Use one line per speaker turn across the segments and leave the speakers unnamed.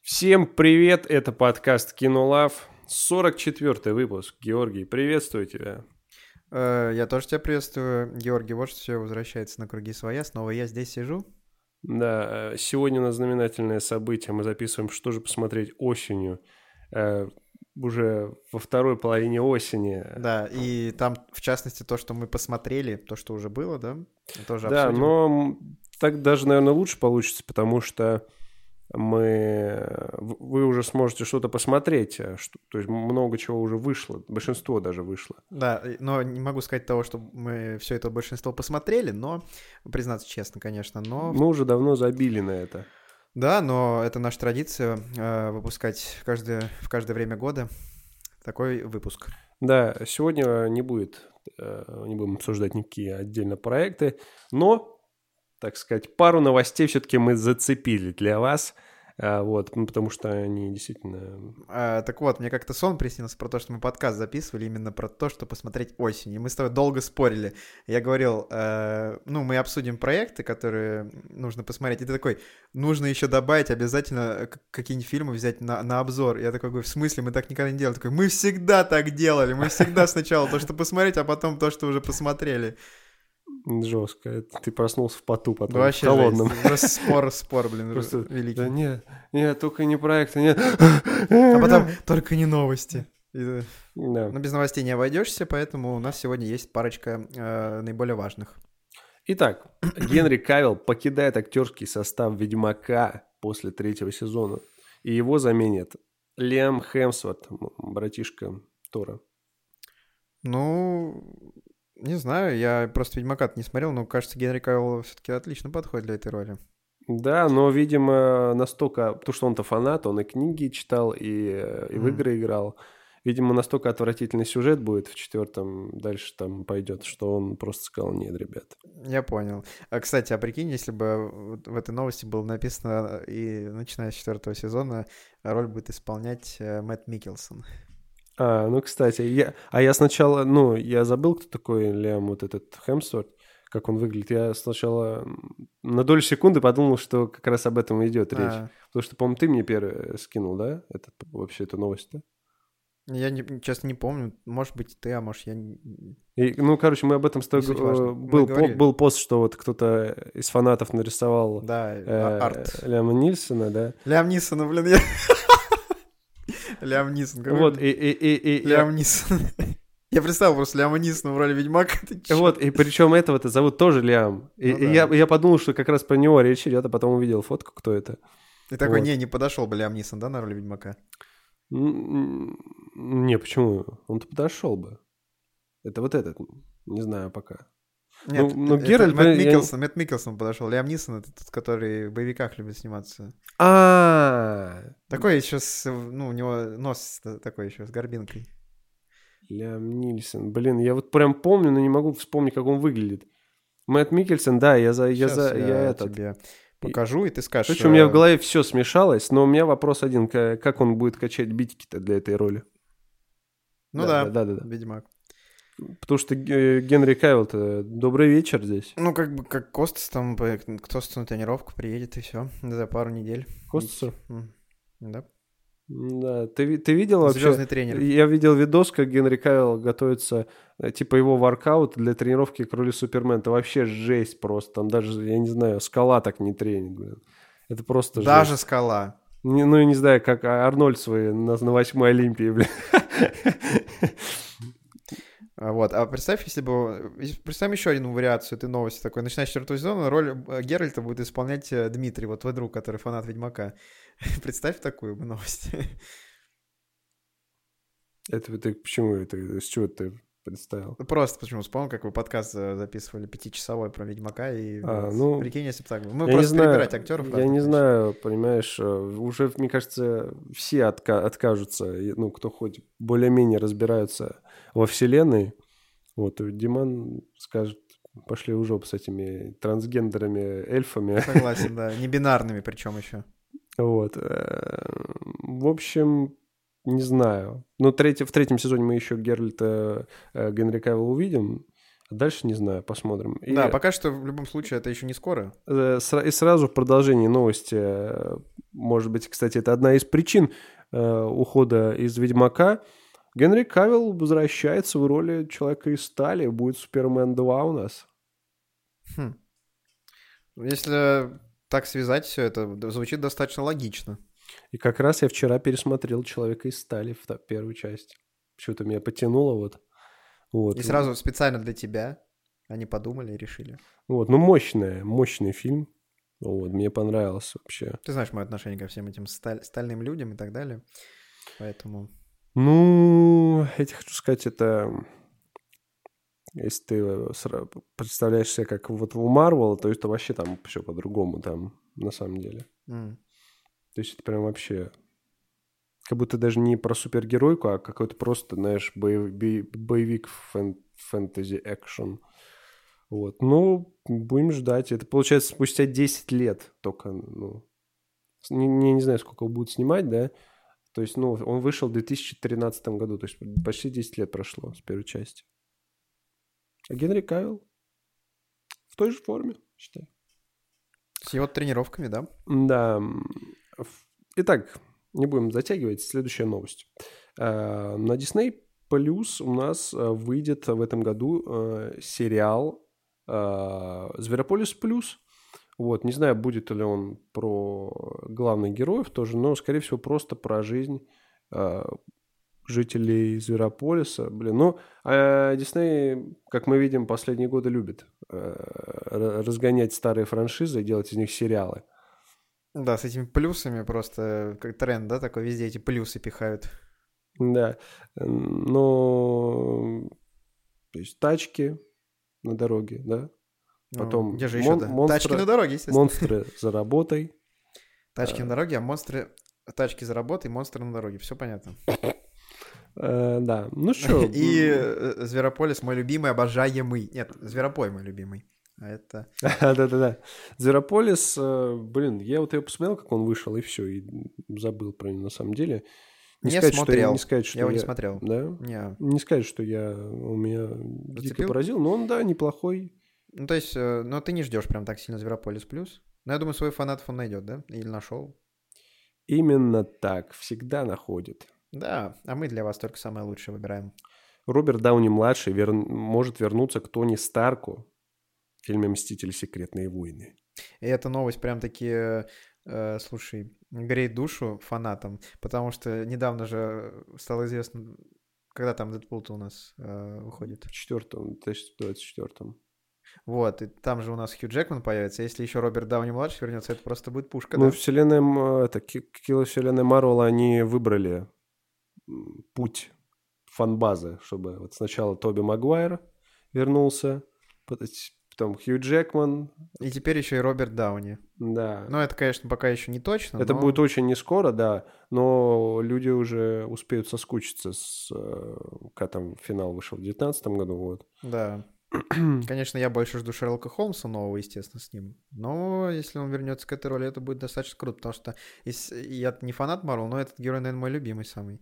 Всем привет, это подкаст Кинолав, 44 выпуск. Георгий, приветствую тебя.
Э, Я тоже тебя приветствую, Георгий. Вот что все возвращается на круги своя. Снова я здесь сижу.
Да, э, сегодня у нас знаменательное событие, мы записываем «Что же посмотреть осенью?» Э, Уже во второй половине осени.
Да, и там, в частности, то, что мы посмотрели, то, что уже было, да? мы Тоже
Да,
обсудим.
но м, так даже, наверное, лучше получится, потому что мы... в- Вы уже сможете что-то посмотреть, э, что- то есть много чего уже вышло, большинство даже вышло.
Да, и- но не могу сказать того, что мы все это большинство посмотрели, но, признаться честно, конечно, но...
Мы уже давно забили на это.
Да, но это наша традиция э, выпускать каждое, в каждое время года такой выпуск.
Да, сегодня не будет, э, не будем обсуждать никакие отдельно проекты, но, так сказать, пару новостей все-таки мы зацепили для вас, а, вот, ну, потому что они действительно...
Э, так вот, мне как-то сон приснился про то, что мы подкаст записывали именно про то, что посмотреть осенью. И мы с тобой долго спорили. Я говорил, э, ну, мы обсудим проекты, которые нужно посмотреть. И ты такой, нужно еще добавить обязательно э, к- какие-нибудь фильмы взять на, на обзор. Я такой говорю, в смысле, мы так никогда не делали? Такой, мы всегда так делали. Мы всегда сначала то, что посмотреть, а потом то, что уже посмотрели.
Жестко. Это Ты проснулся в поту потом,
Ну, вообще
в холодном.
жесть. Просто спор, спор, блин,
Просто,
великий.
Да нет, нет, только не проекты, нет.
А потом только не новости. И, э,
Да.
Но без новостей не обойдешься, поэтому у нас сегодня есть парочка э, наиболее важных.
Итак, Генри Кавилл покидает актерский состав «Ведьмака» после третьего сезона, и его заменит Лиам Хемсворт, м, братишка Тора.
Ну, не знаю, я просто Ведьмака не смотрел, но кажется, Генри Кавилл все-таки отлично подходит для этой роли.
Да, но, видимо, настолько... Потому что он-то фанат, он и книги читал, и, э, и в
Мгм.
игры играл. Видимо, настолько отвратительный сюжет будет в четвертом, дальше там пойдет, что он просто сказал, нет, ребят.
Я понял. А, кстати, а прикинь, если бы вот в этой новости было написано, э, и начиная с четвертого сезона роль будет исполнять э, Мэтт Микkelсон.
А, ну, кстати, я, а я сначала, ну, я забыл, кто такой Лиам вот этот Хемсворт, как он выглядит. Я сначала м, на долю секунды подумал, что как раз об этом и идет речь.
А,
Потому что, по-моему, ты мне первый э, скинул, да, этот, вообще эту новость, да?
я, не- честно, не помню. Может быть, ты, а может, я... не-
И, ну, короче, мы об этом с тобой
Не суть
г- э,
важно. Мы
был, по-
говорили.
был пост, что вот кто-то из фанатов нарисовал
Да,
э,
а- арт.
Лиама Нильсона, да.
Лям Нисона, блин, я... Лям Нисон, какой
Вот, и, и, и, и- и-
Лям Нисон. Я представил просто Ляма Нисона в роли Ведьмака. Ты чё?
вот, и причем этого-то зовут тоже Лиам. И,
Ну
и
да.
я, я подумал, что как раз про него речь идет, а потом увидел фотку, кто это.
И такой,
вот.
не, не подошел бы Лям Нисон, да, на роль Ведьмака?
М, м, Не, почему? Он-то подошел бы. Это вот этот. Не знаю пока. Ну, ну,
это
Геральт,
Мэтт
блин, я не-
Миккелсон, Мэтт Миккелсон подошел. Лям Нисон это тот, который в боевиках любит сниматься.
А,
Такой еще с, ну, у него нос т- такой еще с горбинкой.
Лям Нильсон. Блин, я вот прям помню, но не могу вспомнить, как он выглядит. Мэтт Микельсон, да, я за, я
Щас
за, я, этот.
тебе покажу, и ты скажешь.
Короче, у меня в
э,
голове все смешалось, но у меня вопрос один, к- как он будет качать битики-то для этой роли?
Ну да,
Да, да, да.
Ведьмак.
Потому что э, Генри Кавилл-то добрый вечер здесь.
Ну, как бы, как Костас там, э, Костас на тренировку приедет, и все, за пару недель.
Костасу?
М, Да.
М, Да, ты, ви- ты видел Ну, вообще?
Звездный тренер.
Я видел видос, как Генри Кавилл готовится, э, типа его воркаут для тренировки к роли Супермена. Это вообще жесть просто. Там даже, я не знаю, скала так не тренит, блин. Это просто
Даже
жесть.
скала.
Не- ну, я не знаю, как Арнольд свой на, на восьмой Олимпии, блин.
А, Вот, а представь, если бы... э, Представь еще одну вариацию этой новости такой. Начиная с четвертого сезона роль э, Геральта будет исполнять э, Дмитрий, вот твой друг, который фанат Ведьмака. Представь такую бы новость.
Это ты почему это? С чего ты представил?
Ну, Просто почему вспомнил, как вы подкаст э, записывали пятичасовой про Ведьмака, и
А,
вот,
ну,
прикинь, если бы так было. Мы
Я не
просто
знаю,
перебирать актеров.
Я
разных
не
начали.
знаю, понимаешь, э, уже, мне кажется, все отка- откажутся, и, ну, кто хоть более-менее разбираются во вселенной. Вот, и Диман скажет, пошли в жопу с этими трансгендерами, эльфами.
Согласен, да. Не бинарными причем еще.
Вот. э, В общем, Ну, не знаю. Но третий, в третьем сезоне мы еще Геральта э, Генри Кавилла увидим. А дальше не знаю, посмотрим. И,
Да, пока что в любом случае это еще не скоро.
э, сра- и сразу в продолжении новости, э, может быть, кстати, это одна из причин э, ухода из «Ведьмака», Генри Кавилл возвращается в роли человека из стали, будет Супермен 2 у нас.
Хм. Если так связать все это, д- звучит достаточно логично.
И как раз я вчера пересмотрел «Человека из стали» в та- первую часть. Почему-то меня потянуло вот. Вот.
И сразу специально для тебя они подумали и решили.
Вот, ну мощная, мощный фильм. Вот, мне понравился вообще.
Ты знаешь мое отношение ко всем этим сталь- стальным людям и так далее. Поэтому...
Ну, я тебе хочу сказать, это... Если ты э, сра- представляешь себе, как вот у Марвел, то это вообще там все по-другому там, на самом деле.
м.
То есть это прям вообще... Как будто даже не про супергеройку, а какой-то просто, знаешь, боев- бе- боевик фэн- фэнтези-экшен. Вот. Ну, будем ждать. Это получается спустя 10 лет только, ну... с- Не, не, не знаю, сколько его будут снимать, да? То есть, ну, он вышел в 2013 году, то есть почти 10 лет прошло с первой части. А Генри Кавилл в той же форме, считай.
С его тренировками, да?
Да. Итак, не будем затягивать. Следующая новость. Э, На Disney Plus у нас э, выйдет в этом году э, сериал э, «Зверополис плюс». Вот, не знаю, будет ли он про главных героев тоже, но, скорее всего, просто про жизнь э, жителей Зверополиса. Блин, ну, э, Дисней, как мы видим, последние годы любит э, ра- разгонять старые франшизы и делать из них сериалы.
Да, с этими плюсами просто как тренд, да, такой везде эти плюсы пихают.
Да. М, Но... То есть тачки на дороге, да?
Ну,
Потом
где же еще
мон-
то
монстры-
Тачки на дороге, естественно.
Монстры за работой.
Тачки на дороге, а монстры... Тачки за работой, монстры на дороге. Все понятно.
Э, Да. Ну что?
И э, Зверополис мой любимый, обожаемый. Нет, Зверопой мой любимый. А это...
Да-да-да. Зерополис, э, блин, я вот его посмотрел, как он вышел, и все, и забыл про него на самом деле.
Не
сказать, что я-
смотрел.
Не сказать, что
Я его не смотрел.
Да?
Не.
Не сказать, что я... Он меня дико
Зацепил?
поразил, но он, да, неплохой.
Ну, то есть, э, ну, ты не ждешь прям так сильно Зверополис плюс. Но я думаю, свой фанат он найдет, да? Или нашел.
Именно так. Всегда находит.
Да, а мы для вас только самое лучшее выбираем.
Роберт Дауни-младший вер- может вернуться к Тони Старку в фильме «Мстители. Секретные войны».
И эта новость прям таки, э, слушай, греет душу фанатам, потому что недавно же э, стало известно, когда там Дэдпул-то у нас э, выходит.
В четвертом, в 2024
Вот, и там же у нас Хью Джекман появится. Если еще Роберт Дауни-младший вернется, это просто будет пушка,
Ну,
да?
вселенная, М- это, ки- кило вселенной Марвел, они выбрали м, путь фанбазы, чтобы вот сначала Тоби Магуайр вернулся, пот- потом Хью Джекман,
И теперь еще и Роберт Дауни.
да.
Ну, это, конечно, пока еще не точно,
это
но-
будет очень не скоро, да, но люди уже успеют соскучиться с... э, Когда там финал вышел в 2019 году, вот.
Да. Конечно, я больше жду Шерлока Холмса нового, естественно, с ним. Но если он вернется к этой роли, это будет достаточно круто, потому что ис- я не фанат Марвел, но этот герой, наверное, мой любимый самый.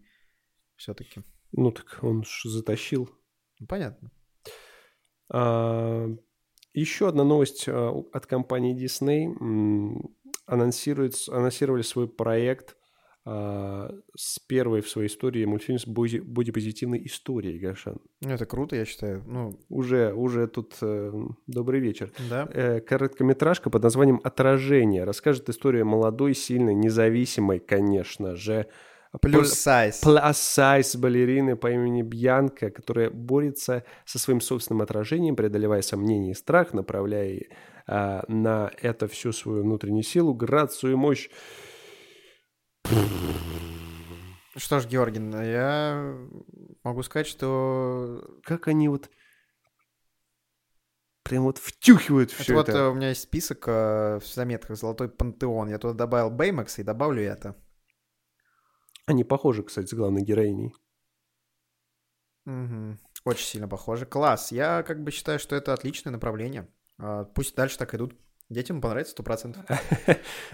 Все-таки.
Ну так он ж затащил.
Ну, понятно.
еще одна новость а, у- от компании Disney. М, Анонсирует, анонсировали свой проект а, с первой в своей истории мультфильм с боди- бодипозитивной историей, Гашан.
Ну, это круто, я считаю. Ну,
Уже, уже тут э, добрый вечер.
да.
Э, Короткометражка под названием «Отражение» расскажет историю молодой, сильной, независимой, конечно же,
Плюс сайз.
пласайз балерины по имени Бьянка, которая борется со своим собственным отражением, преодолевая сомнения и страх, направляя э, на это всю свою внутреннюю силу, грацию и мощь.
Что ж, Георгин, я могу сказать, что...
Как они вот прям вот втюхивают
Это
все
вот
это.
э, у меня есть список э, в заметках «Золотой пантеон». Я туда добавил Бэймакса и добавлю это.
Они похожи, кстати, с главной героиней.
Мгм. Очень сильно похоже. Класс. Я как бы считаю, что это отличное направление. А, Пусть дальше так идут. Детям понравится сто процентов.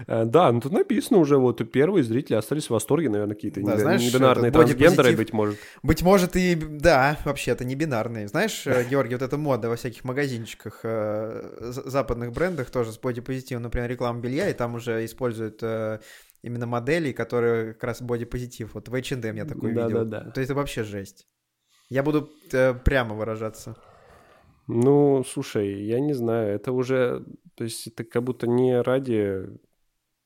Э, Да, ну тут написано уже, вот первые зрители остались в восторге, наверное, какие-то
Да,
небина-
знаешь,
небинарные
этот бодипозитив-
трансгендеры, быть может.
Быть может и, да, вообще-то не бинарные. Знаешь, э, Георгий, вот эта мода во всяких магазинчиках, э, з- западных брендах тоже с бодипозитивом, например, реклама белья, и там уже используют э, именно модели, которые как раз бодипозитив. Вот в H&M я такой видел.
Да-да-да.
То есть это вообще жесть. Я буду э, прямо выражаться.
Ну, слушай, я не знаю, это уже, то есть это как будто не ради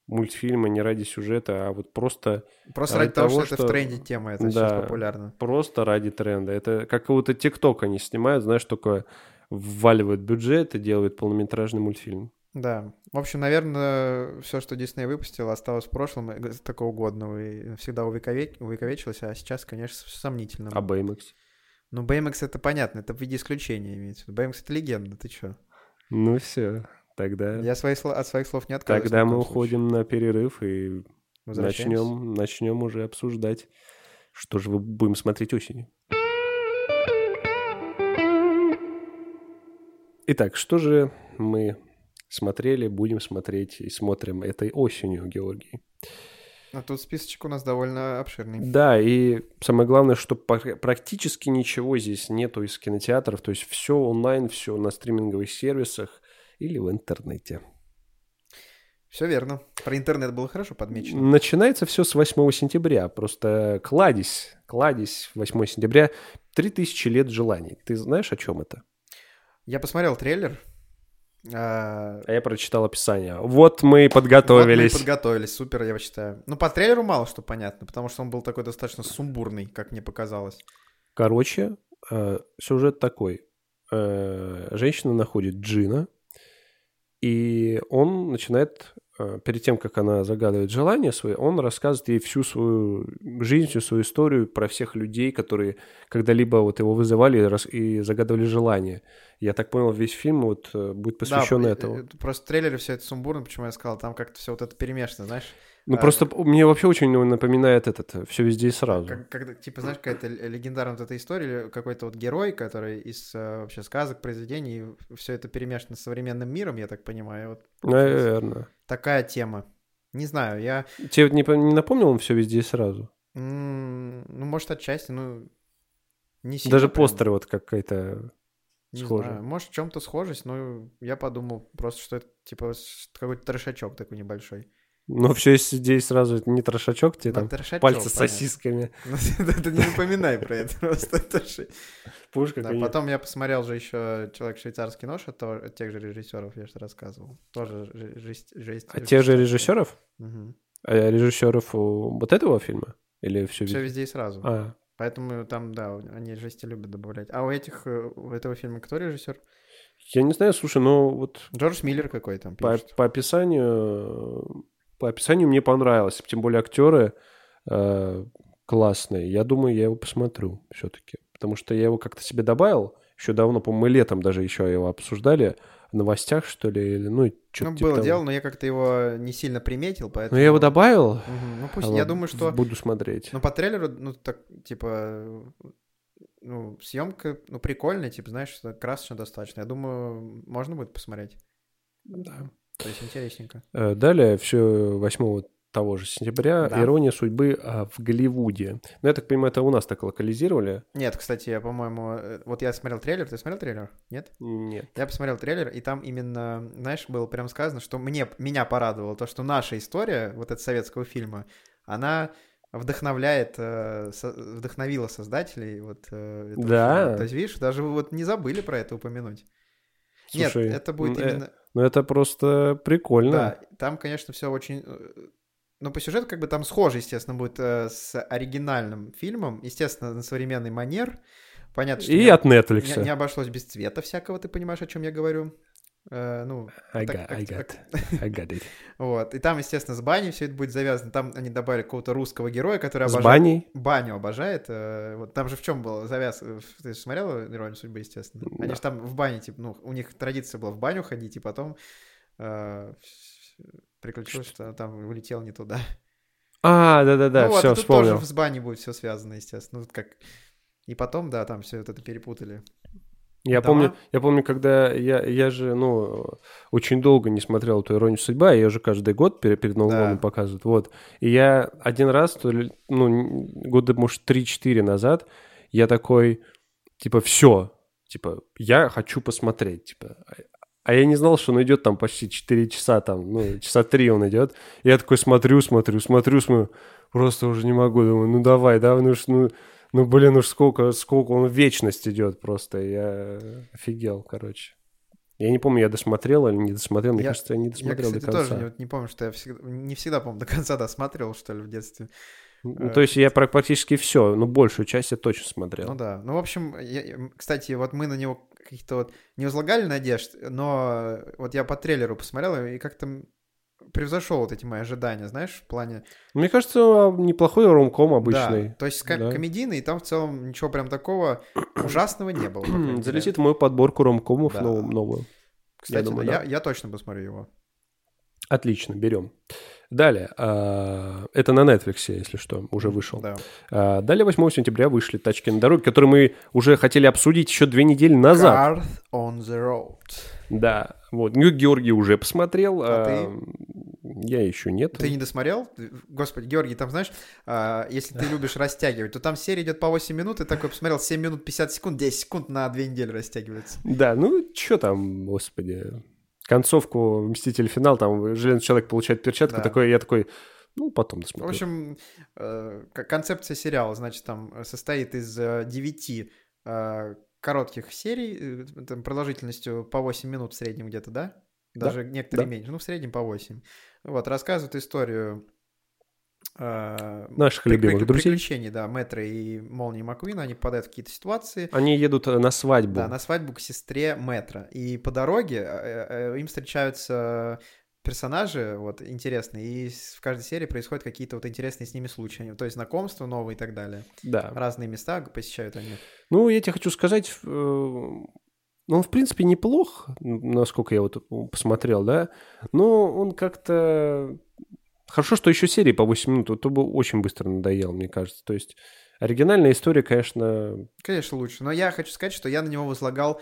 мультфильма, не ради сюжета, а вот просто,
Просто
А
ради
от
того,
того,
что, это в
что-
тренде тема, это
Да.
сейчас популярно.
просто ради тренда. Это как какого-то ТикТок они снимают, знаешь, только вваливают бюджет и делают полнометражный мультфильм.
Да. В общем, наверное, все, что Дисней выпустил, осталось в прошлом э, такого годного и всегда увекове- увековечилось, а сейчас, конечно, все сомнительно.
А BMX?
Ну, BMX это понятно, это в виде исключения имеется. в виду. BMX это легенда, ты чё?
Ну все, тогда,
Я свои сло- от своих слов не отказываюсь.
тогда
ни в
мы
коем случае.
уходим на перерыв и
Возвращаемся.
начнем, начнем уже обсуждать, что же мы будем смотреть осенью. Итак, что же мы смотрели, будем смотреть и смотрим этой осенью, Георгий?
А тут списочек у нас довольно обширный.
Да, и самое главное, что пар- практически ничего здесь нету из кинотеатров, то есть все онлайн, все на стриминговых сервисах или в интернете.
Все верно. Про интернет было хорошо подмечено.
Начинается все с 8 сентября. Просто кладезь, кладезь 8 сентября. 3000 лет желаний. Ты знаешь, о чем это?
Я посмотрел трейлер. А,
А я прочитал описание. Вот мы и
вот
подготовились.
мы и подготовились, супер, я считаю. Ну, по трейлеру мало что понятно, потому что он был такой достаточно сумбурный, как мне показалось.
Короче, э, сюжет такой. Э, женщина находит Джина, и он начинает, э, перед тем, как она загадывает желание свои, он рассказывает ей всю свою жизнь, всю свою историю про всех людей, которые когда-либо вот его вызывали и рас- и загадывали желание. Я так понял, весь фильм вот э, будет посвящен
Да, э,
этому.
э, Просто в трейлере все это сумбурно, почему я сказал, там как-то все вот это перемешано, знаешь?
Ну,
а-
просто мне вообще очень он напоминает этот «Все везде и сразу».
Как- когда, типа, знаешь, какая-то л- легендарная вот эта история, какой-то вот герой, который из э, вообще сказок, произведений, все это перемешано с современным миром, я так понимаю. Вот
Наверное.
такая тема. Не знаю, я...
Тебе вот не, по- не напомнил он «Все везде и сразу»?
м, Ну, может, отчасти, ну... Не сильно
Даже
прям,
постеры вот какая-то
не
схожи.
знаю. Может, в чем-то схожесть, но я подумал просто, что это, типа, с- какой-то трешачок такой небольшой.
Но все здесь сразу это не трошачок, тебе
Ну,
там
трешачок,
пальцы с
понятно.
сосисками.
Ну, да, да не напоминай про это просто. это же-
Пушка
Да, потом я посмотрел же еще «Человек швейцарский нож» от, того- от тех же режиссеров, я же рассказывал. Тоже же- жесть. жесть
А тех же режиссеров?
Угу.
Э, Режиссеров у вот этого фильма? Или все
Все везде и сразу.
А,
Поэтому там, да, у- они жести любят добавлять. А у этих, э, у этого фильма кто режиссер?
я не знаю, слушай, но вот
Джордж Миллер какой там
по,
пишет.
по описанию э, по описанию мне понравилось, тем более актеры э, классные. Я думаю, я его посмотрю все-таки, потому что я его как-то себе добавил еще давно, по-моему, мы летом даже еще его обсуждали в новостях что ли, или ну что-то
Ну, было дело, но я как-то его не сильно приметил, поэтому...
Но Ну, я его добавил.
Мгм. Ну, пусть,
а
я
вот
думаю, что...
буду смотреть.
Ну, по трейлеру, ну, так, типа, ну, съемка, ну, прикольная, типа, знаешь, что красочно достаточно. Я думаю, можно будет посмотреть.
Да.
То есть интересненько.
Э, Далее, все 8 того же сентября,
Да.
ирония судьбы а, в Голливуде. Ну, я так понимаю, это у нас так локализировали?
Нет, кстати, я, по-моему, э, вот я смотрел трейлер, ты смотрел трейлер? Нет?
Нет.
Я посмотрел трейлер, и там именно, знаешь, было прям сказано, что мне, меня порадовало то, что наша история, вот эта советского фильма, она вдохновляет, э, со- вдохновила создателей вот э, этого
Да.
фильма. То есть, видишь, даже вы вот не забыли про это упомянуть.
Слушай,
Нет, это будет
м, э,
именно...
Ну, это просто прикольно.
Да, там, конечно, все очень... э, Ну, по сюжету как бы там схоже, естественно, будет э, с оригинальным фильмом. Естественно, на современный манер. Понятно, что
И
не,
от Netflix.
не- не обошлось без цвета всякого, ты понимаешь, о чем я говорю. Э, ну,
I,
так-
got, I, got,
так-
I got it.
вот. И там, естественно, с баней все это будет завязано. Там они добавили какого-то русского героя, который
С
обожает...
баней?
Баню обожает. э, Вот там же в чем было завяз... э, в- Ты же смотрела «Иронию судьбы», естественно. Они
Да.
же там в бане, типа, ну, у них традиция была в баню ходить, и потом э, приключилось, что она там улетел не туда.
А, да-да-да,
ну, вот, и
все,
тут
вспомнил.
тоже с баней будет все связано, естественно. Ну, вот как... И потом, да, там все вот это перепутали.
Я
Да.
помню, я помню, когда я, я же, ну, очень долго не смотрел эту «Иронию судьба», ее же каждый год перед, перед Новым
Да.
годом показывают, вот. И я один раз, то ли, ну, н- года, может, 3-4 назад, я такой, типа, все, типа, я хочу посмотреть, типа. А я не знал, что он идет там почти 4 часа, там, ну, часа 3 он идет. И я такой смотрю, смотрю, смотрю, смотрю, просто уже не могу, думаю, ну, давай, да, ну, уж, ну, ну, блин, уж сколько, сколько он в вечность идет просто. Я офигел, короче. Я не помню, я досмотрел или не досмотрел. Мне
Я-
кажется, я не
Я,
досмотрел
кстати,
до конца.
тоже не, вот не помню, что я всегда, не всегда, помню, до конца досматривал, что ли, в детстве. э,
Ну, то есть я про- практически все, ну, большую часть я точно смотрел.
Ну да. Ну, в общем, я- я- кстати, вот мы на него каких-то вот не возлагали надежд, но вот я по трейлеру посмотрел и как-то превзошел вот эти мои ожидания, знаешь, в плане...
Мне кажется, а, неплохой ромком
Да,
обычный.
то есть ком-
Да.
комедийный, и там в целом ничего прям такого ужасного не было. по крайней мере.
Залетит в мою подборку ромкомов
Да.
новую, новую.
Кстати, да,
думаю,
я,
да.
я точно посмотрю его.
Отлично, берем. Далее. а, Это на Netflix, если что, уже вышел.
Да.
А, Далее 8 сентября вышли «Тачки на дороге», которые мы уже хотели обсудить еще две недели назад.
Cars on the road.
Да, вот. Нью Георгий уже посмотрел.
А
Я еще нет.
Ты не досмотрел? Ты- Господи, Георгий, там, знаешь, а, если ты любишь растягивать, то там серия идет по 8 минут, и такой посмотрел 7 минут 50 секунд, 10 секунд на 2 недели растягивается.
Да, ну что там, господи. Концовку «Мститель. Финал», там Железный Человек получает перчатку,
Да.
такой, я такой, ну, потом
В
досмотрю.
общем, э, к- концепция сериала, значит, там э, состоит из э, 9 э, коротких серий, э, там продолжительностью по 8 минут в среднем где-то, да?
Да,
Даже некоторые
да.
меньше, ну, в среднем по 8. Вот, рассказывают историю э,
Наших
при-
любимых
при-
друзей.
приключений, да, Мэтра и Молнии Маквина, они попадают в какие-то ситуации,
Они едут э, на свадьбу.
Да, на свадьбу к сестре Мэтра. И по дороге э, э, им встречаются персонажи вот интересные, и с- в каждой серии происходят какие-то вот интересные с ними случаи, Они- то есть знакомства новые и так далее.
Да.
Разные места посещают они.
Ну, я тебе хочу сказать, э, ну, он, в принципе, неплох, н- насколько я вот посмотрел, да, но он как-то... Хорошо, что еще серии по 8 минут, а то бы очень быстро надоел, мне кажется. То есть оригинальная история, конечно,
Конечно, лучше. Но я хочу сказать, что я на него возлагал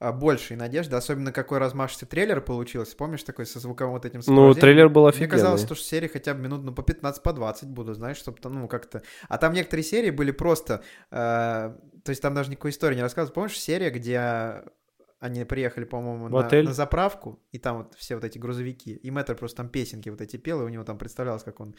а, большие надежды, особенно какой размашистый трейлер получился. Помнишь, такой со звуком вот этим
Ну,
сопровождением?
трейлер был
Мне
офигенный.
казалось, что ж серии хотя бы минут ну, по 15, по 20 буду, знаешь, чтобы там, ну, как-то... А там некоторые серии были просто... э, то есть там даже никакой истории не рассказывают. Помнишь серия, где они приехали, по-моему,
В
на,
отель?
на заправку, и там вот все вот эти грузовики. И Мэтр просто там песенки вот эти пел, и у него там представлялось, как он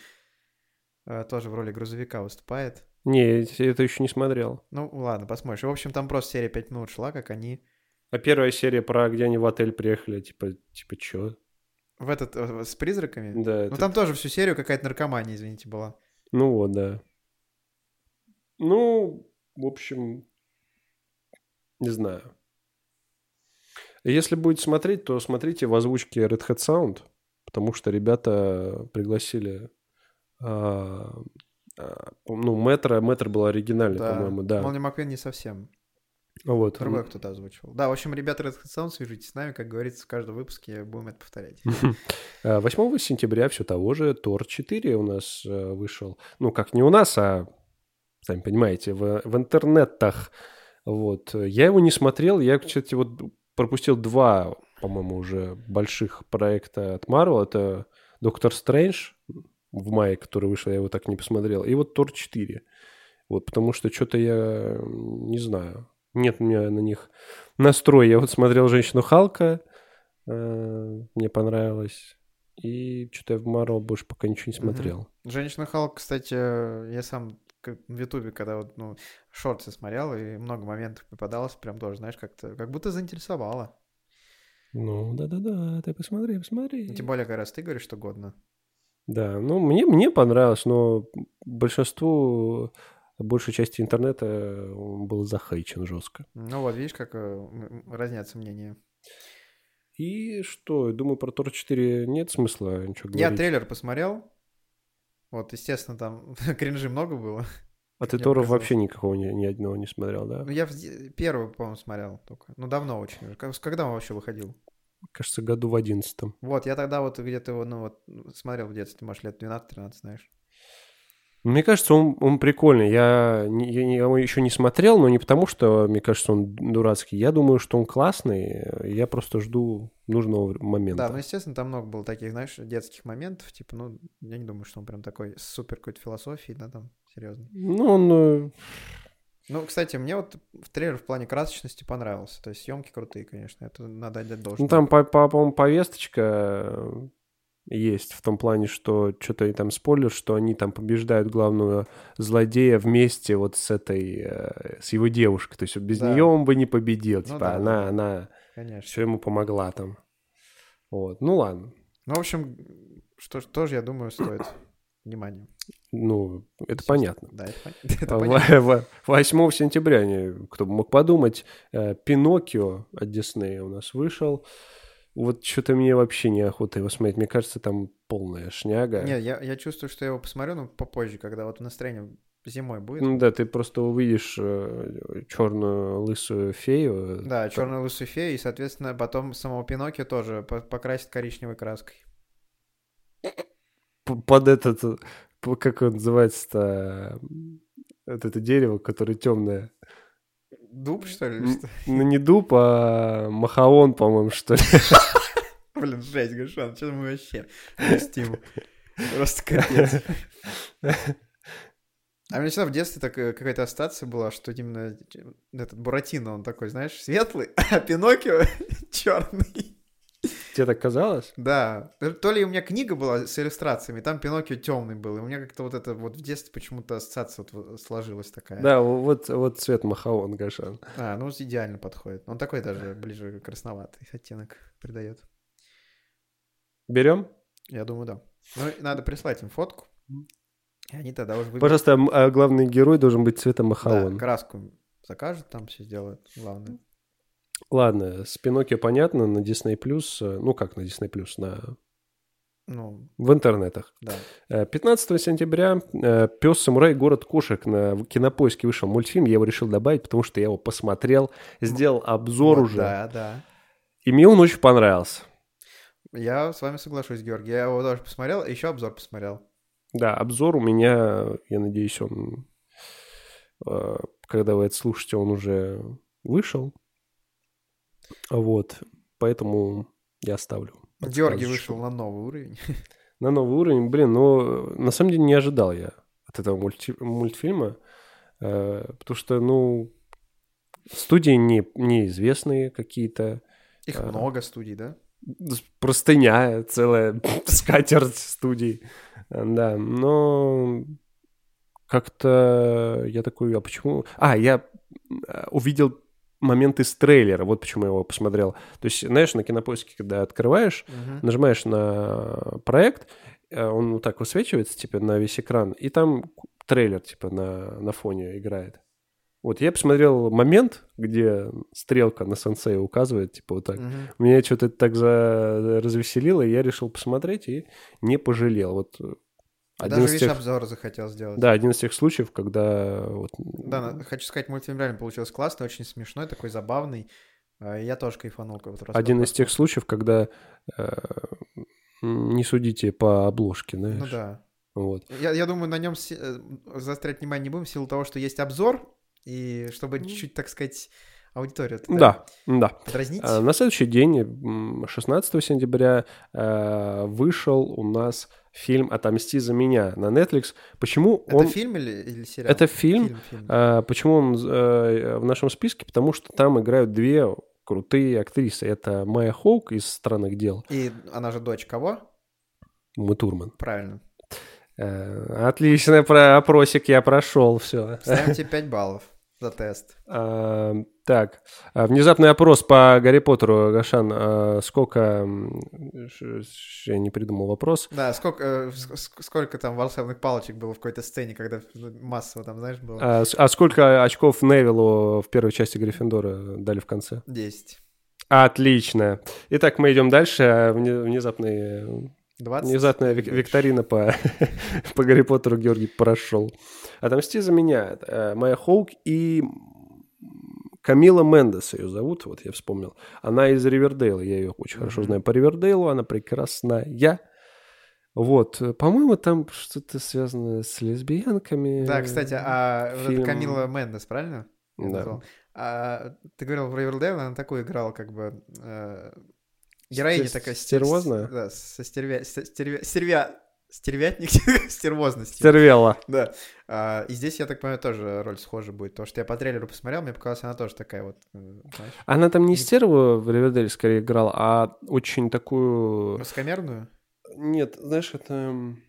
э, тоже в роли грузовика выступает.
Не, я это еще не смотрел.
Ну, ладно, посмотришь. В общем, там просто серия 5 минут шла, как они
А первая серия про где они в отель приехали, типа, типа, чё?
в этот... э, с призраками.
Да,
Ну,
это-
там тоже всю серию какая-то наркомания, извините, была.
ну вот, да. Ну, в общем, не знаю. Если будете смотреть, то смотрите в озвучке Red Hat Sound, потому что ребята пригласили а, а, ну, Мэтра, Мэтр был оригинальный, по-моему, да.
Молния Маквин не совсем.
Вот.
Другой кто-то озвучивал. Да, в общем, ребята Red Hat Sound, свяжитесь с нами, как говорится, в каждом выпуске будем это повторять.
А, 8 сентября все того же Тор 4 у нас э, вышел. Ну, как не у нас, а, сами понимаете, в, в интернетах. Вот. Я его не смотрел. Я, кстати, вот пропустил два, по-моему, уже больших проекта от Marvel. Это «Доктор Стрэндж» в мае, который вышел, я его так не посмотрел. И вот «Тор 4». Вот, потому что что-то я э, не знаю. Нет у меня на них настроя. Я вот смотрел «Женщину Халка», э, мне понравилось. И что-то я в Марвел больше пока ничего не
Мгм.
смотрел.
Женщина Халк, кстати, э, я сам к- в Ютубе, когда вот, ну, шорты смотрел, и много моментов попадалось, прям тоже, знаешь, как-то, как будто заинтересовало.
Ну, да-да-да, ты посмотри, посмотри.
Ну, Тем более, как раз ты говоришь, что годно.
Да, ну мне, мне понравилось, но большинству, большей части интернета э, он был захейчен жестко.
Ну вот, видишь, как э, м- м- разнятся мнения.
И что, я думаю, про Тор 4 нет смысла ничего говорить.
Я трейлер посмотрел, вот, естественно, там кринжи много было.
а ты
мне
Тора
показалось.
вообще никакого ни, ни одного не смотрел, да?
Ну, я в де- первый, по-моему, смотрел только. Ну, давно очень. уже. Как- Когда он вообще выходил?
Кажется, году в одиннадцатом.
ну, Вот, я тогда вот где-то его, ну вот, смотрел в детстве, может, лет 12-13, знаешь.
Мне кажется, он, он прикольный. Я, не- я не- я его еще не смотрел, но не потому, что мне кажется, он дурацкий. Я думаю, что он классный. Я просто жду нужного вр- момента.
Да, ну, естественно, там много было таких, знаешь, детских моментов, типа, ну, я не думаю, что он прям такой с супер какой-то философией, да, там, серьезно.
Ну, он... э,
Ну, кстати, мне вот в трейлер в плане красочности понравился, то есть съемки крутые, конечно, это надо отдать должное.
Ну, там, по- по- по-моему, повесточка э, есть в том плане, что что-то там спойлер, что они там побеждают главного злодея вместе вот с этой, э, с его девушкой. То есть без
Да.
нее он бы не победил.
Ну
Типа
да,
она,
да.
она
конечно.
все ему помогла там. Вот, ну ладно.
Ну, в общем, что ж- тоже, я думаю, стоит внимания.
Ну, это
Естественно.
понятно.
Да, это, пон- это
А
понятно.
во- во- 8 сентября, не- кто бы мог подумать, э, Пиноккио от Диснея у нас вышел. Вот что-то мне вообще неохота его смотреть. Мне кажется, там полная шняга.
Не, я, я чувствую, что я его посмотрю, но попозже, когда вот настроение зимой будет.
Ну да, ты просто увидишь черную лысую фею.
Да,
Так,
черную лысую фею, и, соответственно, потом самого Пиноккио тоже по- покрасит коричневой краской.
п- Под этот, э, п- как он называется-то, э, вот это дерево, которое темное.
Дуб, что ли? или
М.
что?
Ну не дуб, а махаон, по-моему, что ли.
Блин, жесть, Гришан, что мы вообще Стим. Просто капец. А у меня всегда в детстве такая какая-то ассоциация была, что именно типа, этот Буратино, он такой, знаешь, светлый, а Пиноккио черный.
Тебе так казалось?
Да. То ли у меня книга была с иллюстрациями, там Пиноккио темный был. И у меня как-то вот это вот в детстве почему-то ассоциация вот э, сложилась такая.
Да, в- вот, вот цвет махаон, Гашан.
А, ну идеально подходит. Он такой даже ближе красноватый оттенок придает.
Берем?
Я думаю, да. Ну, и надо прислать им фотку. И они тогда уже выберут.
Пожалуйста, м, а главный герой должен быть цвета
Да,
махаон.
краску закажут, там все сделают, главное.
Ладно, с Пиноккио понятно, на Disney+, Plus, э, ну как на Disney+, Plus, на...
Ну,
в интернетах.
да.
Э, 15 сентября э, «Пес самурай. Город кошек» на в- кинопоиске вышел мультфильм. Я его решил добавить, потому что я его посмотрел, сделал обзор
Вот,
уже.
Да, да.
И мне он очень понравился.
Я с вами соглашусь, Георгий. Я его тоже посмотрел, еще обзор посмотрел.
Да, обзор у меня, я надеюсь, он, э, когда вы это слушаете, он уже вышел. Вот, поэтому я оставлю.
Георгий
подсказочку.
вышел на новый уровень.
На новый уровень, блин, но э, на самом деле не ожидал я от этого мульти- мультфильма, э, потому что, ну, студии не, неизвестные какие-то,
Их
Да.
много студий, да?
с- простыня целая, скатерть студий, Э, да, но как-то я такой, а почему... А, я э, увидел момент из трейлера, вот почему я его посмотрел. То есть, знаешь, на кинопоиске, когда открываешь,
Мгм.
нажимаешь на проект, э, он вот так высвечивается, типа, на весь экран, и там к- трейлер, типа, на, на фоне играет. Вот я посмотрел момент, где стрелка на сенсея указывает, типа, вот так.
Мгм.
Меня что-то это так за... развеселило, и я решил посмотреть и не пожалел. Вот э, один
А Даже
из
весь
тех...
обзор захотел сделать.
Да, один из тех случаев, когда вот...
Да, на- хочу сказать, мультфильм реально получился классный, очень смешной, такой забавный. А, Я тоже кайфанул. как вот раз
Один
его
из тех случаев, когда э, не судите по обложке,
посмотрел.
знаешь.
Ну да.
Вот.
Я, я думаю, на нем заострять внимание не будем, в силу того, что есть обзор, и чтобы
Ну.
чуть-чуть, так сказать, аудиторию так
Да, да.
подразнить.
А, На следующий день, м, 16 сентября, э, вышел у нас фильм «Отомсти за меня» на Netflix. Почему
Это
он...
фильм или, или сериал?
Это фильм.
фильм, фильм.
А, Почему он э, в нашем списке? Потому что там играют две крутые актрисы. Это Майя Хоук из «Странных дел»,
И она же дочь кого?
Умы Турман.
Правильно.
Э, Отлично, про опросик я прошел, все.
Ставим тебе 5 баллов за тест.
А, Так, А, внезапный опрос по Гарри Поттеру, Гашан, а, сколько... м, ш- ш- Я не придумал вопрос.
Да, сколько, э, ск- ск- сколько там волшебных палочек было в какой-то сцене, когда ну, массово там, знаешь, было?
А, с- а сколько очков Невилу в первой части Гриффиндора дали в конце?
10.
Отлично. Итак, мы идем дальше. А, вне- Внезапный,
20?
внезапная вик- викторина по, по Гарри Поттеру Георгий прошел. «Отомсти за меня». э, Майя Хоук и Камила Мендес ее зовут, вот я вспомнил. Она из Ривердейла, я ее очень хорошо
Мгм.
знаю по Ривердейлу, она прекрасная. Вот, по-моему, там что-то связано с лесбиянками.
Да, кстати, а вот эта
Фильм.
Камила Мендес, правильно? я
Да.
назвал? А, ты говорил про Ривердейл, она такую играла, как бы... э, героиня
Стер-
такая... стер-
стервозная?
Да, со стервя... со стервя... стервя- Стервятник стервозности.
Стервела.
Да. А, и здесь, я так понимаю, тоже роль схожа будет. Потому что я по трейлеру посмотрел, мне показалось, она тоже такая вот... э, знаешь,
Она там не
Не-
стерву в Риверделе скорее играла, а очень такую...
Высокомерную?
Нет, знаешь, это м,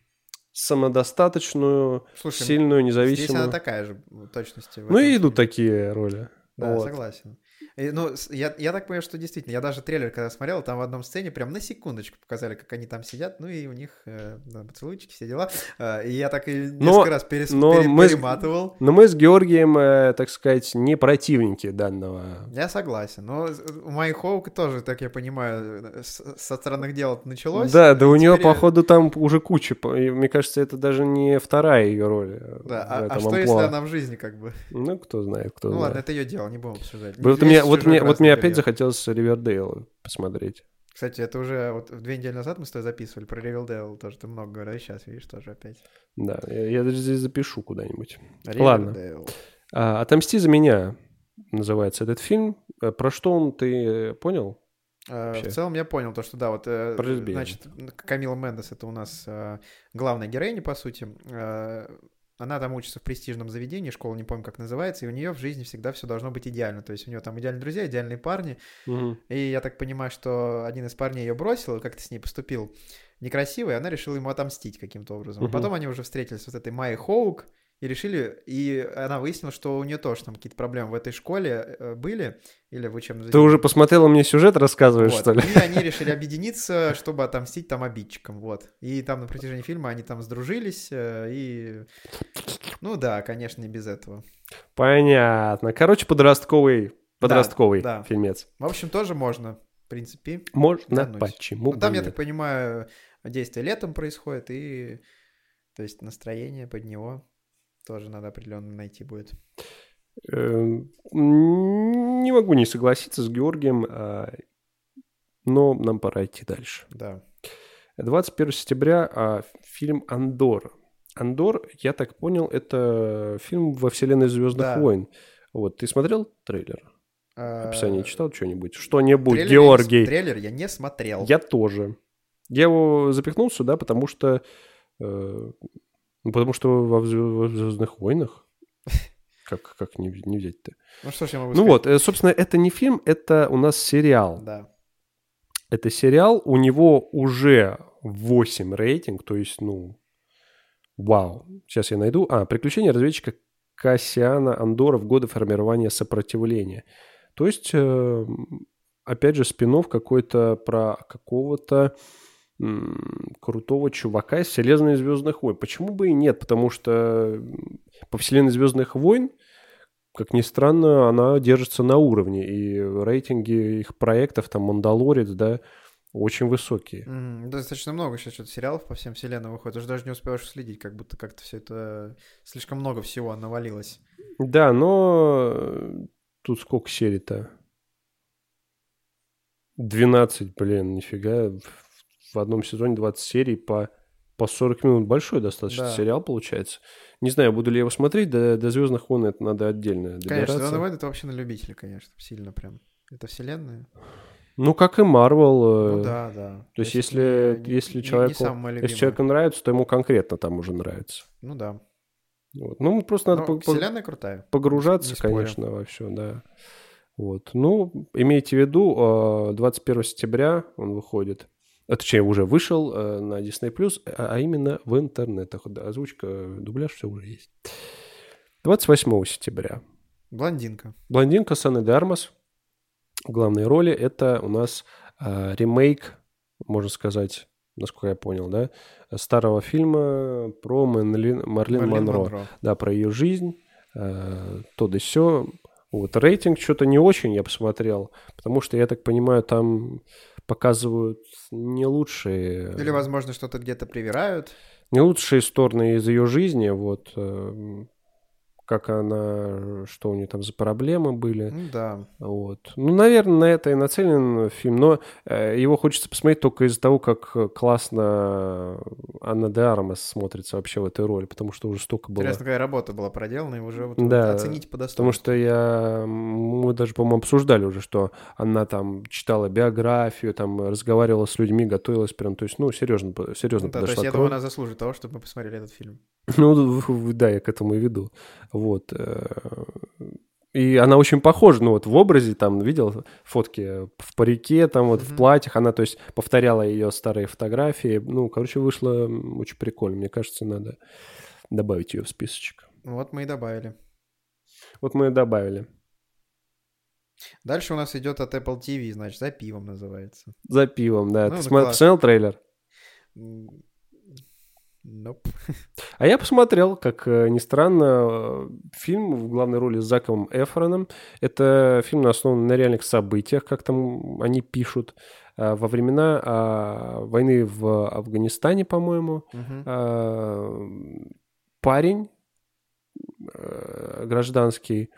самодостаточную,
Слушай, ну,
сильную,
здесь она
независимую.
такая же в точности. в
Ну
этом
и идут
фильме.
такие роли.
Да,
Вот.
согласен. И, ну, с- я, я так понимаю, что действительно, я даже трейлер, когда смотрел, там в одном сцене прям на секундочку показали, как они там сидят, ну и у них э, да, поцелуйчики, все дела. Э, и я так и несколько
Но-
раз перес-
но
пере-
мы с-
перематывал.
Но мы с Георгием, э, так сказать, не противники данного.
Я согласен, но с- у Майи Хоук тоже, так я понимаю, э, с- со странных дел началось.
да, да,
и
у нее,
теперь- э,
походу, там уже куча. по- и Мне кажется, это даже не вторая ее роль. э,
Да,
в
а, а
этом
что если
амплуа.
она в жизни как бы?
Ну, кто знает, кто
Ну
знает.
ладно, это ее дело, не будем обсуждать. Не
Вот
лезь
мне,
в
вот
чужой
мне, вот
красный
мне опять
карьер.
захотелось Ривердейл посмотреть.
Кстати, это уже вот две недели назад мы с тобой записывали про Ривердейл, тоже ты много говорил, сейчас видишь тоже опять.
Да, я, я даже здесь запишу куда-нибудь. Ладно.
Ривердейл. Э,
А, «Отомсти за меня» называется этот фильм. Э, Про что он, ты э, понял?
Э,
Вообще.
В целом я понял то, что да, вот, э,
Про лесбиянок.
значит, Камила Мендес это у нас э, главная героиня, по сути. Э, Она там учится в престижном заведении, школа не помню, как называется, и у нее в жизни всегда все должно быть идеально. То есть у нее там идеальные друзья, идеальные парни. И я так понимаю, что один из парней ее бросил, и как-то с ней поступил некрасиво, и она решила ему отомстить каким-то образом. И
Мгм.
Потом они уже встретились с вот этой Майей Хоук, и решили, и она выяснила, что у нее тоже там какие-то проблемы в этой школе э, были, или в учебном
Ты уже посмотрела мне сюжет, рассказываешь,
вот.
что ли?
И они решили объединиться, чтобы отомстить там обидчикам, вот. И там на протяжении фильма они там сдружились, э, и... Ну да, конечно, не без этого.
Понятно. Короче, подростковый, подростковый
да.
фильмец.
В общем, тоже можно, в принципе.
Можно,
Клянусь.
почему
Ну,
бы
там, я
нет?
так понимаю, действие летом происходит, и... То есть настроение под него тоже надо определенно найти будет.
Эм, Не могу не согласиться с Георгием, а, но нам пора идти дальше.
Да.
21 сентября а, фильм «Андор». «Андор», я так понял, это фильм во вселенной «Звездных
Да.
войн». Вот, ты смотрел трейлер?
Э,
Описание читал что-нибудь? Что-нибудь,
трейлер я не с-
Георгий.
Трейлер я не смотрел.
Я тоже. Я его запихнул сюда, потому что... э, ну, потому что во «Звё- во «Звездных войнах» как, как не, не взять-то?
Ну что ж я могу
Ну
сказать?
вот, э, собственно, это не фильм, это у нас сериал.
Да.
Это сериал, у него уже 8 рейтинг, то есть, ну, вау. Сейчас я найду. А, «Приключения разведчика Кассиана Андора в годы формирования сопротивления». То есть, э, опять же, спинов какой-то про какого-то м, крутого чувака из вселенной «Звездных войн». Почему бы и нет? Потому что м, по вселенной «Звездных войн» как ни странно, она держится на уровне. И рейтинги их проектов, там, «Мандалорец», да, очень высокие.
Мгм. Достаточно много сейчас что-то сериалов по всем вселенным выходит. Уже даже не успеваешь следить, как будто как-то все это слишком много всего навалилось.
Да, но э, тут сколько серий-то? 12, блин, нифига. В- В одном сезоне 20 серий по, по 40 минут. Большой достаточно
Да.
сериал получается. Не знаю, буду ли я его смотреть, до, до «Звездных войн» это надо отдельно
Конечно,
добираться.
Звездные войны это вообще на любителя, конечно, сильно прям. Это вселенная?
Ну, как и «Марвел».
Ну
э,
да, да.
То есть, если,
не- не-
если,
не- не
человеку,
самое
если
любимое.
человеку нравится, то ему конкретно там уже нравится.
Ну да.
Вот. Ну, просто надо
Но
по- по-
вселенная крутая.
погружаться,
Не спорю.
конечно, во все, да. Вот. Ну, имейте в виду, э, 21 сентября он выходит, а, точнее, уже вышел э, на Disney+, а а именно в интернетах. Да, озвучка, э, дубляж, все уже есть. 28 сентября.
Блондинка.
Блондинка Саны Дармас в главной роли. Это у нас э, ремейк, можно сказать, насколько я понял, да, старого фильма про Мэнли- Марлин,
Марлин
Монро. Да, про ее жизнь, э, то да все. Вот рейтинг что-то не очень я посмотрел, потому что, я так понимаю, там показывают не лучшие...
Или, возможно, что-то где-то привирают.
Не лучшие стороны из ее жизни, вот. э, как она, что у нее там за проблемы были.
Ну да.
Вот. Ну, наверное, на это и нацелен фильм, но э, его хочется посмотреть только из-за того, как классно Анна де Армас смотрится вообще в этой роли, потому что уже столько было.
Интересно, какая работа была проделана, и уже вот
Да.
вот оценить по
Потому
достоинству.
что я... Мы даже, по-моему, обсуждали уже, что она там читала биографию, там разговаривала с людьми, готовилась прям, то есть, ну, серьезно, серьезно
Ну да, то есть
подошла
я
к
думаю,
роли.
она заслужит того, чтобы мы посмотрели этот фильм.
Ну, в- да, я к этому и веду. Вот. э, И она очень похожа, ну, вот в образе, там, видел фотки в парике, там, вот в
Мгм.
платьях, она, то есть, повторяла ее старые фотографии. Ну, короче, вышло м, очень прикольно. Мне кажется, надо добавить ее в списочек.
Вот мы и добавили.
Вот мы ее добавили.
Дальше у нас идет от Apple TV, значит, за пивом называется.
За пивом, да.
Ну,
Ты
это
смо-
классно.
посмотрел трейлер?
М, Nope.
А я посмотрел, как э, ни странно, э, фильм в главной роли с Заковым Эфроном. Это фильм основан на реальных событиях, как там они пишут, э, во времена а, войны в Афганистане, по-моему.
Мгм.
А, Парень э, гражданский,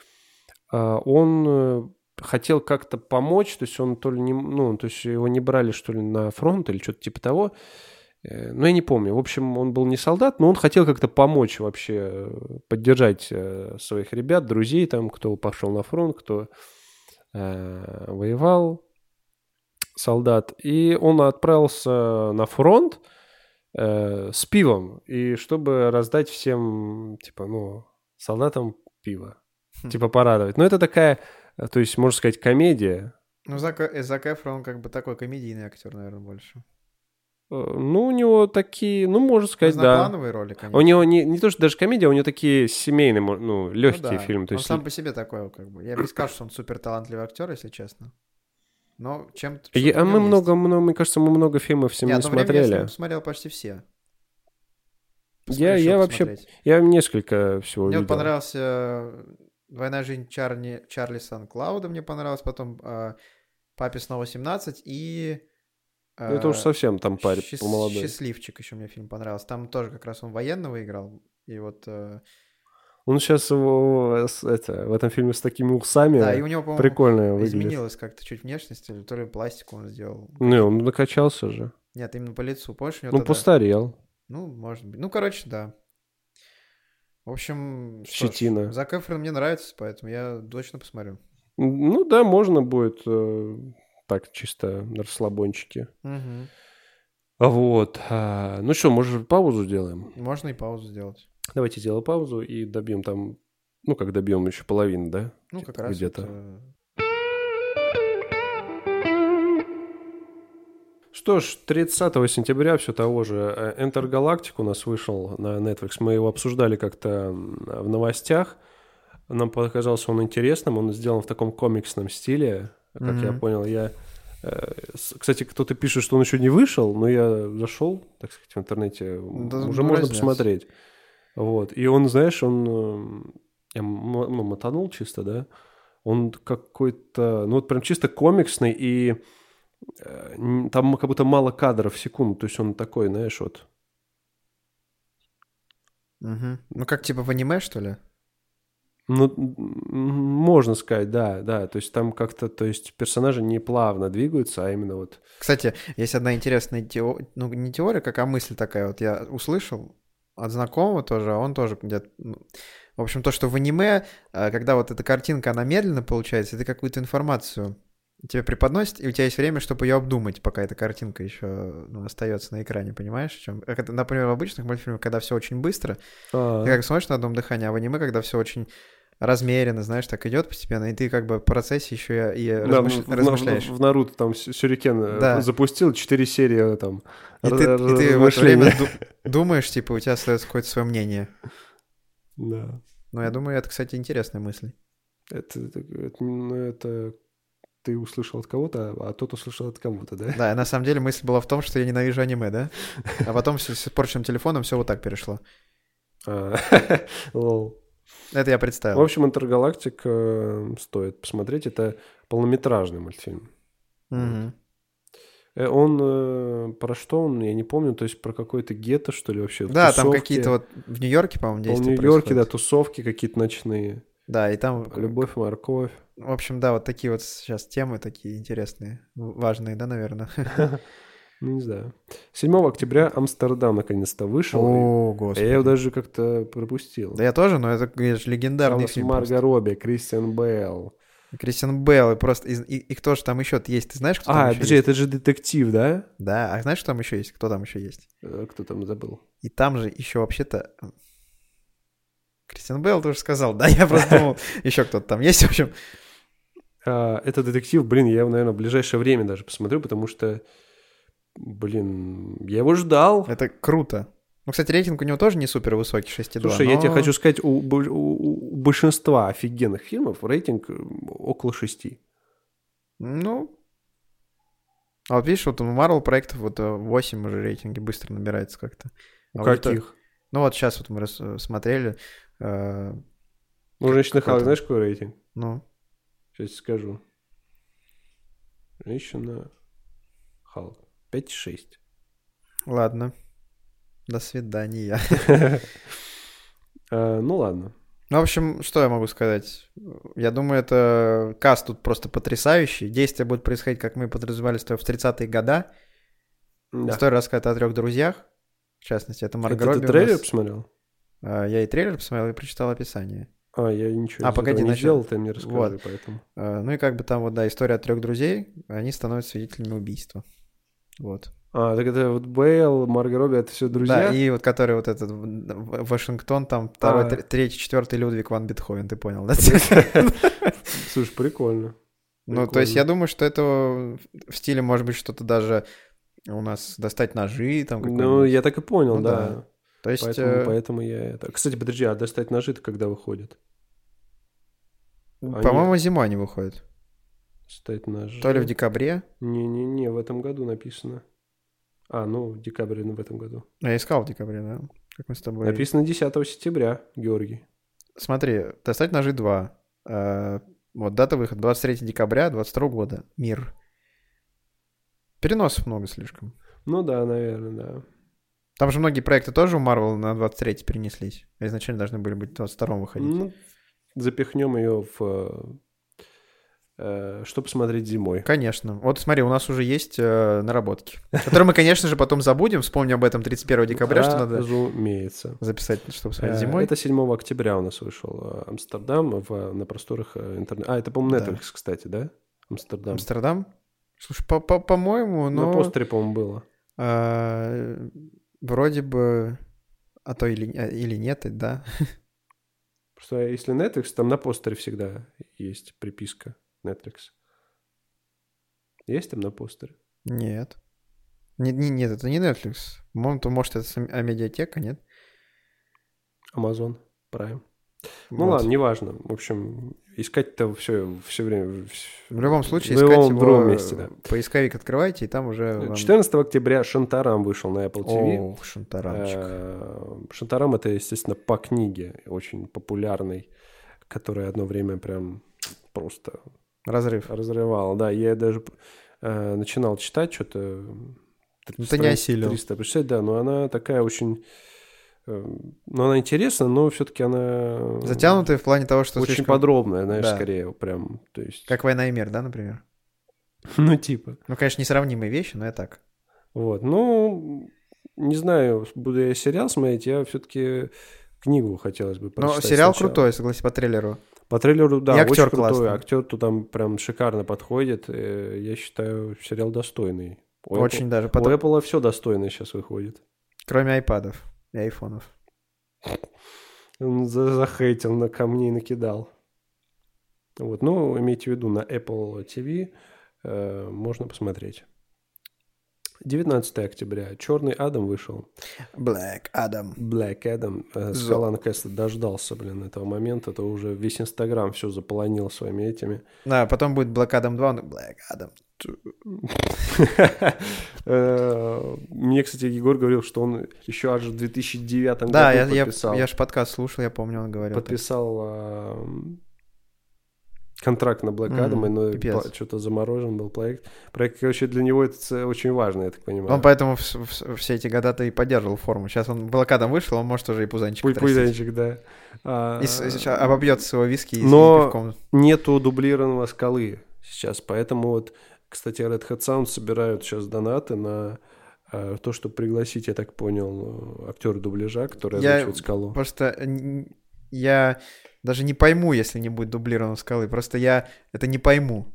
а, он э, хотел как-то помочь, то есть он то ли не, ну, то есть его не брали что ли на фронт или что-то типа того, Э, ну я не помню. В общем, он был не солдат, но он хотел как-то помочь вообще, э, поддержать э, своих ребят, друзей там, кто пошел на фронт, кто э, воевал, солдат. И он отправился на фронт э, с пивом и чтобы раздать всем типа ну солдатам пиво
Хм.
типа порадовать. Но это такая, э, то есть, можно сказать, комедия.
Ну, Зак, э, Зак Эфрон, он как бы такой комедийный актер, наверное, больше.
Э, Ну, у него такие, ну, можно сказать, да.
Разноплановые роли, конечно.
У него не, не то, что даже комедия, у него такие семейные, мо- ну,
Ну
легкие
да,
фильмы. То
он
есть,
сам по себе такой, как бы. Я бы не сказал, что он супер талантливый актер, если честно. Но чем-то...
Я-
что-то
а
в
мы
нем
много,
есть.
много, мне кажется, мы много фильмов с ним
Не, ну,
не
одно время я с
смотрели.
ним смотрел почти все.
Я-
Решил
я вообще
посмотреть.
Я несколько всего
Мне вот
видел.
понравился э, «Двойная жизнь Чарни, Чарли Сан-Клауда», мне понравилось, потом э, «Папе снова 17» и...
Ну, это
э,
уж совсем там парень
Счаст-
помолодой.
Счастливчик еще мне фильм понравился. Там тоже как раз он военного играл. И вот... э,
Он сейчас его, с- это, в этом фильме с такими усами
да, и у него, по-моему,
прикольно выглядит.
изменилось как-то чуть внешность, или то ли пластику он сделал.
Не, он накачался же.
Нет, именно по лицу. Помнишь, у него
Ну,
тогда-
постарел.
Ну, может быть. Ну, короче, да. В общем, что ж,
Щетина.
Зак Эфрон мне нравится, поэтому я точно посмотрю.
Ну да, можно будет э, так чисто на расслабончике.
Мгм.
А Вот. а, ну что, может, паузу сделаем?
Можно и паузу сделать.
Давайте сделаем паузу и добьем там, ну как добьем еще половину, да?
Ну, как раз
Где-то.
вот, э,
Что ж, 30 сентября все того же э, Enter Galactic у нас вышел на Netflix. Мы его обсуждали как-то м, в новостях. Нам показался он интересным. Он сделан в таком комиксном стиле, как я
Мгм.
понял. Я, э, с- кстати, кто-то пишет, что он еще не вышел, но я зашел, так сказать, в интернете. м,
Да,
Уже
ну,
можно
разница.
посмотреть. Вот. И он, знаешь, он м, я м- ну, мотанул чисто, да? Он какой-то, ну вот прям чисто комиксный и э, н- там как будто мало кадров в секунду, то есть он такой, знаешь, вот.
мгм. Ну, как типа в аниме, что ли?
Ну, м, м, можно сказать, да, да, то есть там как-то, то есть персонажи не плавно двигаются, а именно вот,
Кстати, есть одна интересная теория, ну не теория, как а мысль такая, вот я услышал от знакомого тоже, а он тоже где-то... ну, В общем, то, что в аниме, э, когда вот эта картинка, она медленно получается, и ты какую-то информацию тебе преподносит, и у тебя есть время, чтобы ее обдумать, пока эта картинка еще остается на экране, понимаешь? о чём? Как это, например, в обычных мультфильмах, когда все очень быстро,
а,
ты как смотришь на одном дыхании, а в аниме, когда все очень размеренно, знаешь, так идет постепенно, и ты как бы в процессе еще и, и
да, ну,
размыш-
в- в-
размышляешь.
в, Наруто там сю- Сюрикен э,
Да.
запустил, 4 серии э, там.
И
р-
ты, и
р-
ты в это время
размышления.
ду- думаешь, типа, у тебя остается какое-то свое мнение.
Да.
Ну, я думаю, это, кстати, интересная мысль.
Это, это, это, ну, это ты услышал от кого-то, а тот услышал от кого-то, да?
Да, на самом деле мысль была в том, что я ненавижу аниме, да? А потом с, с порченным телефоном все вот так перешло.
А, лол.
Это я
В
представил.
общем, «Интергалактик» э, стоит посмотреть. Это полнометражный мультфильм.
Мгм.
Он э, про что он, я не помню, то есть про какое-то гетто, что ли, вообще?
Да, там
тусовки.
какие-то вот в Нью-Йорке, по-моему,
Ну, В
действия
Нью-Йорке, да,
происходят.
тусовки какие-то ночные.
Да, и там,
Любовь, морковь.
в общем, да, вот такие вот сейчас темы такие интересные, в- важные, да, наверное.
Ну, не знаю. 7 октября Амстердам наконец-то вышел. и-
О,
а я его
господи.
даже как-то пропустил.
Да я тоже, но это, конечно,
Там у
легендарный
нас
фильм.
Марго Робби, Кристиан Бейл.
просто. Кристиан Белл и просто... из- И, и кто же там еще есть? Ты знаешь, кто там
А,
еще
подожди,
есть?
это же детектив, да?
Да, а знаешь, кто там еще есть? Кто там еще есть?
Э, Кто там забыл?
И там же еще вообще-то... м, Кристиан Белл тоже сказал, да, я просто думал, еще кто-то там есть, в общем.
А, это детектив, блин, я его, наверное, в ближайшее время даже посмотрю, потому что, блин, я его ждал.
Это круто. Ну, кстати, рейтинг у него тоже не супер высокий, 6,2.
Слушай, я
но-
тебе хочу сказать, у, бо- у- у большинства офигенных фильмов рейтинг э, около шести.
Ну... А вот видишь, вот у Marvel проектов вот 8 уже рейтинги быстро набирается как-то.
У
А вот это-
каких?
Ну вот сейчас вот мы рас- смотрели, э,
У женщины
какой
Халк,
там?
знаешь, какой рейтинг?
ну,
Сейчас скажу. Женщина Халк. 5,6.
ладно. До свидания.
А, Ну ладно.
Ну, в общем, что я могу сказать? Я думаю, это каст тут просто потрясающий. Действие будет происходить, как мы подразумевали, с тобой в 30-е года.
Да.
История рассказывает о трех друзьях. В частности, это Марго
Это
Робби
ты
у
трейлер
нас.
посмотрел?
А, Я и трейлер посмотрел и прочитал описание.
А, я ничего
А,
из
погоди,
этого не
начал.
сделал, ты мне расскажи, поэтому.
А, Ну и как бы там вот, да, история о трех друзей. Они становятся свидетелями убийства. Вот.
А, так это вот Бейл, Марго Робби, это все друзья?
Да, и вот который вот этот в- в- Вашингтон, там второй,
А.
тр- третий, четвертый Людвиг Ван Бетховен, ты понял, да?
Слушай, прикольно.
Ну, то есть я
Прикольно.
думаю, что это в стиле, может быть, что-то даже у нас достать ножи там
Ну,
какой-нибудь.
я так и понял,
Ну
да.
да. То есть,
Поэтому,
э,
поэтому я это... Кстати, подожди, а достать ножи-то когда выходит? они-
по-моему, зимой они выходят.
Достать ножи...
То ли в декабре.
Не-не-не, в этом году написано. А, ну, в декабре ну, в этом году.
Я искал в декабре, да. Как мы с тобой.
Написано 10 сентября, Георгий.
Смотри, достать ножи 2. Э, Вот дата выхода 23 декабря 22 года. Мир. Переносов много слишком.
Ну да, наверное, да.
Там же многие проекты тоже у Marvel на 23 перенеслись. А Изначально должны были быть в 22 выходить.
Ну, запихнем ее в... э, э, что посмотреть зимой?
Конечно. Вот смотри, у нас уже есть э, наработки, которые мы, конечно же, потом забудем. Вспомним об этом 31 декабря, что надо
Разумеется.
записать, чтобы
Э,
смотреть зимой.
Это 7 октября у нас вышел э, Амстердам в- на просторах интернета. А, это, по-моему,
Да.
Netflix, кстати, да? Ну, Амстердам.
Амстердам. Слушай, по- по- по-моему,
На
но
постере, по-моему, было.
э, вроде бы, а то или, а, или нет, и да.
Просто если Netflix, там на постере всегда есть приписка Netflix. Есть там на постере?
Нет. Не- не- нет, это не Netflix. По-моему, то, может, это сам- а медиатека, нет?
Amazon Prime. Ну
Вот.
ладно, неважно. В общем, искать-то все, все время... вс-
В любом случае,
в
искать
любом
его,
другом месте, да.
поисковик открывайте, и там уже... вам-
14 октября Шантарам вышел на Apple TV.
Ох, шантаранчик.
Э, Шантарам это, естественно, по книге очень популярной, которая одно время прям просто
Разрыв.
разрывала. Да, я даже э, начинал читать что-то.
Ну, ты не осилил.
300 прочитать, да, но она такая очень... э, Ну, она интересна, но все-таки она...
Затянутый в плане того, что
Очень
слишком-
подробная, знаешь,
Да.
скорее прям, то есть...
Как «Война и мир», да, например?
Ну, типа.
Ну, конечно, несравнимые вещи, но я так.
Вот, ну, не знаю, буду я сериал смотреть, я все-таки книгу хотелось бы
Но
прочитать
Ну, сериал
Ну, сначала.
крутой, согласись, по трейлеру.
По трейлеру, да,
И
актер
актер
очень крутой.
классный.
Актер тут там прям шикарно подходит. э, Я считаю, сериал достойный. У Apple-
Очень даже.
У
потом-
Apple все достойное сейчас выходит.
Кроме айпадов и айфонов.
Он за- захейтил, на камней накидал. Вот, ну, имейте в виду, на Apple TV э, можно посмотреть. 19 октября. Черный Адам вышел.
Black Adam.
Black Adam. Э,
Зо-
Скалан Кэст дождался, блин, этого момента. Это уже весь Инстаграм все заполонил своими этими.
Да, потом будет Black Adam 2, он Black Adam.
Э, Мне, кстати, Егор говорил, что он еще аж в 2009 году
Да, я, я,
Ну, подписал.
я же подкаст слушал, я помню, он говорил.
подписал эм, а, контракт на Black Adam,
Мгм,
но
пипец.
по- что-то заморожен был проект. Проект, короче, для него это ц- очень важно, я так понимаю.
Он поэтому вс- вс- все эти года-то и поддерживал форму. Сейчас он блокадом вышел, он может уже и пузанчик
Пу-
отрастить.
Пузанчик, да. А,
И с- и сейчас обобьет своего виски и с
Но-
пивком.
нету дублированного скалы сейчас, поэтому вот, кстати, Red Hat Sound собирают сейчас донаты на э, то, чтобы пригласить, я так понял, актера дубляжа, который
Я-
озвучивает скалу.
Потому что э, н- я даже не пойму, если не будет дублирован скалы. Просто я это не пойму.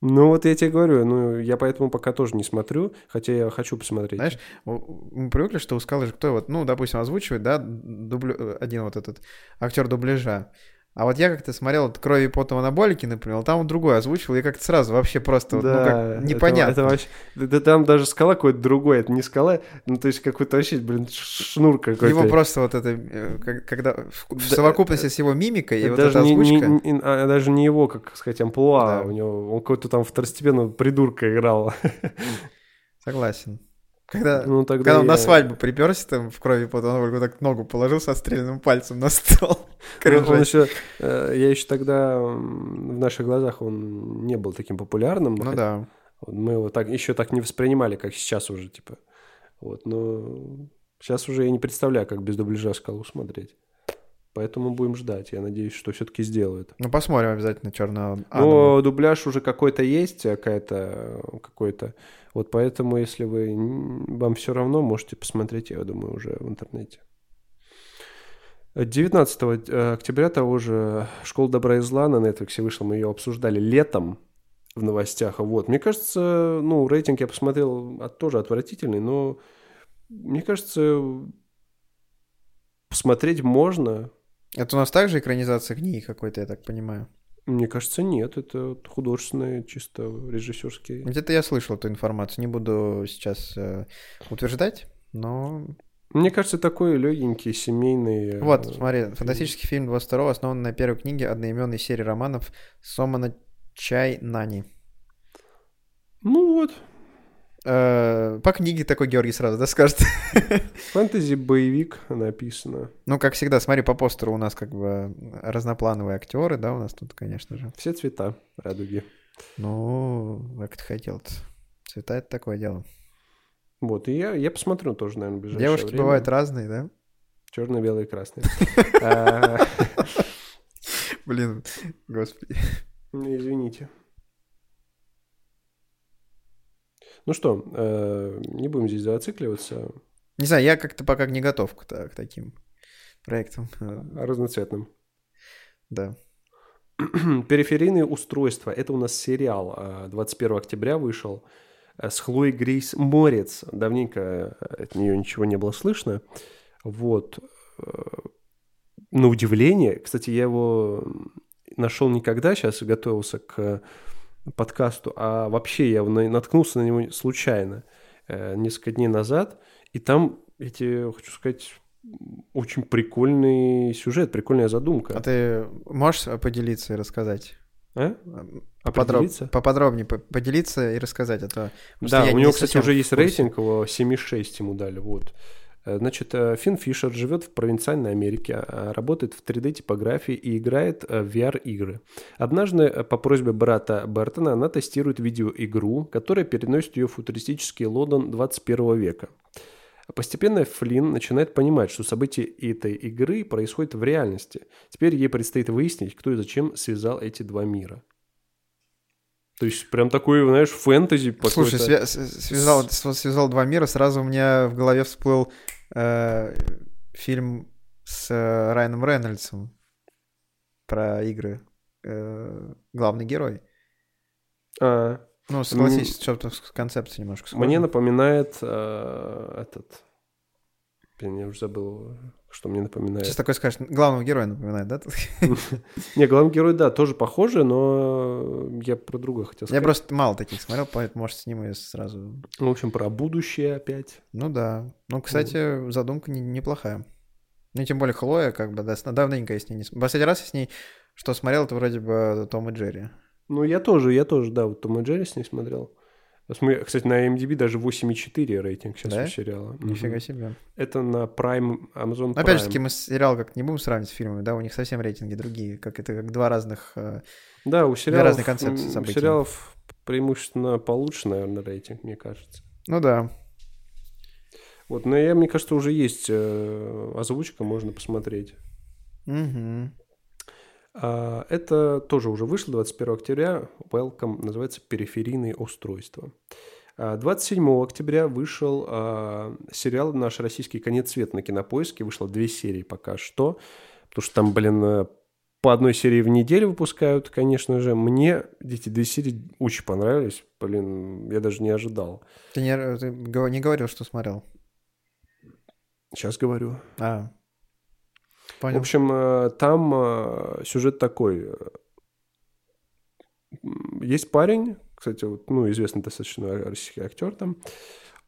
Ну вот я тебе говорю, ну я поэтому пока тоже не смотрю, хотя я хочу посмотреть.
Знаешь, У- Мы привыкли, что у скалы же кто вот, ну, допустим, озвучивает, да, дублю- э, один вот этот актер дубляжа. А вот я как-то смотрел вот «Крови, потом, анаболики», например, там он другой озвучивал, и как-то сразу вообще просто вот, ну, как
это-
непонятно.
Это, вообще, да, да там даже скала какой-то другой, это не скала, ну то есть какой-то вообще, блин, ш- шнур какой-то.
Его просто вот это, э, как- когда в, в
Да, э,
совокупности с его мимикой и
Это
вот
даже
эта
не, не-
озвучка.
не- а, даже не его, как сказать, амплуа,
Да.
у него, он какой-то там второстепенного придурка играл.
Согласен. Когда,
Ну, тогда
когда он
я-
на свадьбу приперся там в крови, потом он так ногу положил со стрельным пальцем на стол.
Ну, он
Кринжать.
еще, э, я еще тогда м, в наших глазах он не был таким популярным.
Ну
хотя
да.
Мы его так еще так не воспринимали, как сейчас уже, типа. Вот, но сейчас уже я не представляю, как без дубляжа скалу смотреть. Поэтому будем ждать. Я надеюсь, что все-таки сделают.
Ну посмотрим обязательно черного
Но дубляж уже какой-то есть, э, какая-то э, какой-то. Вот поэтому, если вы н- вам все равно, можете посмотреть, я думаю, уже в интернете. 19 э, октября того же э, «Школа добра и зла» на Netflix вышла, мы ее обсуждали летом в новостях. Вот, мне кажется, ну, рейтинг я посмотрел от- тоже отвратительный, но мне кажется, посмотреть можно.
Это у нас также экранизация книги какой-то, я так понимаю.
Мне кажется, нет, это вот художественный, чисто режиссерский.
Где-то я слышал эту информацию, не буду сейчас э, утверждать, но...
Мне кажется, такой легенький, семейный. э,
Вот, смотри, фантастический фильм 22 основан на первой книге одноименной серии романов Сомана Чай Нани.
Ну вот,
Э, по книге такой Георгий сразу, да, скажет?
фэнтези-боевик написано.
Ну, как всегда, смотри, по постеру у нас как бы разноплановые актеры, да, у нас тут, конечно же.
Все цвета радуги.
Ну, как ты хотел Цвета — это такое дело.
Вот, и я, я посмотрю тоже, наверное, в ближайшее
Девушки
время.
бывают разные, да?
Черный, белый, красный. А,
Блин, господи.
ну, Извините. Ну что, э, не будем здесь зацикливаться.
Не знаю, я как-то пока не готов к, та- к таким проектам. Э,
О разноцветном.
Да.
Периферийные устройства. Это у нас сериал. а, 21 октября вышел а, с Хлоей Грейс Морец. Давненько э, от нее ничего не было слышно. Вот. Э, На удивление, кстати, я его нашел никогда, сейчас готовился к подкасту, а вообще я на- наткнулся на него случайно э, несколько дней назад, и там, я тебе хочу сказать, очень прикольный сюжет, прикольная задумка.
А ты можешь поделиться и рассказать?
А?
М,
Определиться?
подроб- поподробнее по- поделиться и рассказать, а то... потому что
Да,
я
у
не
него, кстати,
совсем
уже
в
есть
курсе.
рейтинг, его 7,6 ему дали, вот. Э, Значит, э, Финн Фишер живет в провинциальной Америке, э, работает в 3D-типографии и играет э, в VR-игры. Однажды э, по просьбе брата Бертона она тестирует видеоигру, которая переносит ее в футуристический Лондон 21 века. Постепенно Флинн начинает понимать, что события этой игры происходят в реальности. Теперь ей предстоит выяснить, кто и зачем связал эти два мира. То есть прям такой, знаешь, фэнтези.
Слушай,
какой-то.
свя- с- связал, с- связал два мира, сразу у меня в голове всплыл э, фильм с э, Райаном Рейнольдсом про игры. Э, главный герой.
А,
Ну, согласись, что-то с концепцией немножко схоже.
Мне напоминает э, этот... Блин, я уже забыл, что мне
Сейчас
напоминает.
такой скажешь, главного героя напоминает, да? тут?
Не, главный герой, да, тоже похоже, но я про друга хотел
Я
сказать.
просто мало таких смотрел, поэтому, может, с ним и сразу...
Ну, В общем, про будущее опять.
Ну да. Ну, кстати, задумка не- неплохая. Ну, и тем более Хлоя, как бы, да, с- давненько я с ней не... см- Последний раз я с ней что смотрел, это вроде бы Том и Джерри.
Ну, я тоже, я тоже, да, вот Том и Джерри с ней смотрел. Э, Сейчас мы, кстати, на MDB даже 8,4 рейтинг сейчас
Да?
у сериала. Мгм.
Нифига себе.
Это на Prime, Amazon
Но опять же
Prime.
таки, мы сериал как не будем сравнивать с фильмами, да, у них совсем рейтинги другие, как это как два разных... э,
да, у сериалов,
разные концепции
м, у
событий.
сериалов преимущественно получше, наверное, рейтинг, мне кажется.
Ну да,
Вот, но я, мне кажется, уже есть э, озвучка, можно посмотреть.
Мгм.
А, Это тоже уже вышло 21 октября. Welcome называется «Периферийные устройства». А, 27 октября вышел а, сериал «Наш российский конец света» на Кинопоиске. Вышло две серии пока что. Потому что там, блин, э, по одной серии в неделю выпускают, конечно же. Мне эти две серии очень понравились. Блин, я даже не ожидал.
Ты не, ты го- не говорил, что смотрел.
Сейчас говорю.
А.
В
Понял.
общем, э, там э, сюжет такой. э, м, Есть парень, кстати, вот, ну, известный достаточно российский актер там.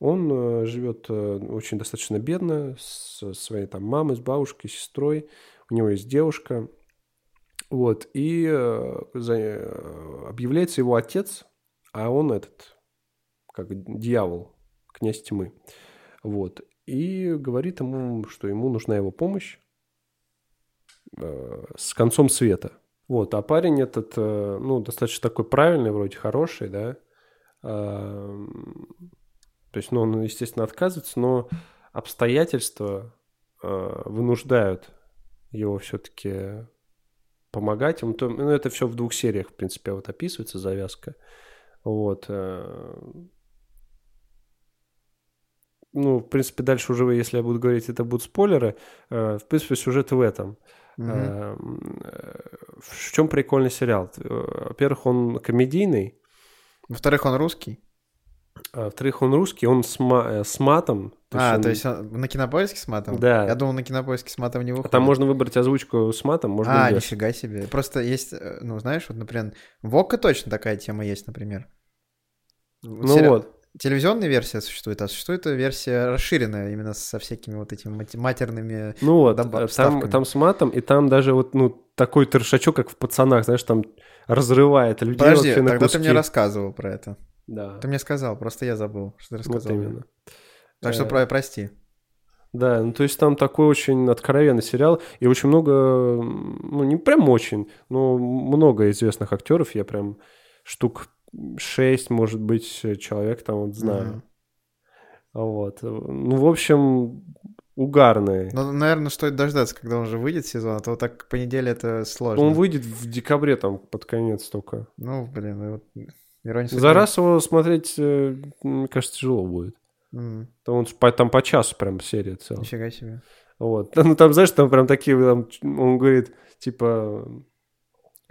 Он э, живет э, очень достаточно бедно, со своей там мамой, с бабушкой, с сестрой. У него есть девушка. Вот, и э, за- э, объявляется его отец, а он этот, как дьявол, князь тьмы. Вот, и говорит ему, что ему нужна его помощь э, с концом света. Вот, а парень этот, э, ну, достаточно такой правильный, вроде хороший, да. Эм, То есть, ну, он, естественно, отказывается, но обстоятельства э, вынуждают его все-таки помогать ему. То- Ну, это все в двух сериях, в принципе, вот описывается завязка. Вот. э, Ну, в принципе, дальше уже, если я буду говорить, это будут спойлеры. Э, В принципе, сюжет в этом.
Мгм.
Эм, э, В чем прикольный сериал? Э, Во-первых, он комедийный,
Во-вторых, он русский.
а во-вторых, он русский, он с, ма- э, с матом.
а,
он-
то есть он на кинопоиске с матом?
Да.
Я думал, на кинопоиске с матом не
а
выходит.
Там можно выбрать озвучку с матом, можно
а,
без.
нифига себе. Просто есть, э, ну, знаешь, вот, например, в ОККО точно такая тема есть, например.
Ну вот,
Телевизионная версия существует, а существует версия расширенная, именно со всякими вот этими мати- матерными...
ну вот,
Добав-
э, там,
вставками.
там с матом, и там даже вот ну такой трешачок, как в пацанах, знаешь, там разрывает людей
Подожди,
вообще на
тогда ты
куски.
мне рассказывал про это.
Да,
Ты мне сказал, просто я забыл, что ты
вот
рассказал. мне.
именно.
Так что
Э,
про- прости.
Да, ну то есть там такой очень откровенный сериал, и очень много, м, ну не прям очень, но много известных актеров, я прям штук шесть, может быть, человек там вот знаю.
Мгм.
Вот. Ну, в общем, угарный.
Ну, наверное, стоит дождаться, когда он же выйдет сезон, а то вот так по неделе это сложно.
Он выйдет в декабре там под конец только.
Ну, блин, ну вот ирония судьбы.
За раз его смотреть, э, мне кажется, тяжело будет.
М,
То Он ж по- там по часу прям серия целая.
Нифига себе.
Вот. Ну, там, знаешь, там прям такие, там, он говорит, типа,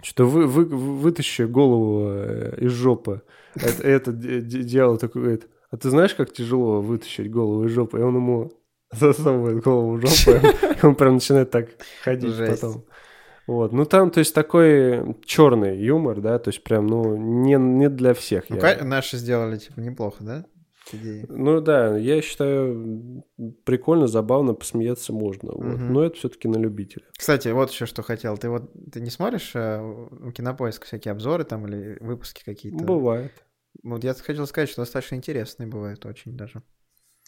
что вы, вы, вытащи голову э, из жопы. Это, это д- д- дьявол такой говорит, а ты знаешь, как тяжело вытащить голову из жопы? И он ему засовывает голову в жопу, и он прям начинает так ходить
Жесть.
потом. Вот. Ну, там, то есть, такой черный юмор, да, то есть, прям, ну, не, не для всех.
Ну,
я-
ка- наши сделали, типа, неплохо, да? Идеи.
ну да, я считаю, прикольно, забавно, посмеяться можно. вот.
Мгм.
Но это все-таки на любителя.
Кстати, вот еще что хотел. Ты вот ты не смотришь э, у кинопоиска всякие обзоры там или выпуски какие-то?
Бывает.
Вот я хотел сказать, что достаточно интересные бывают очень даже.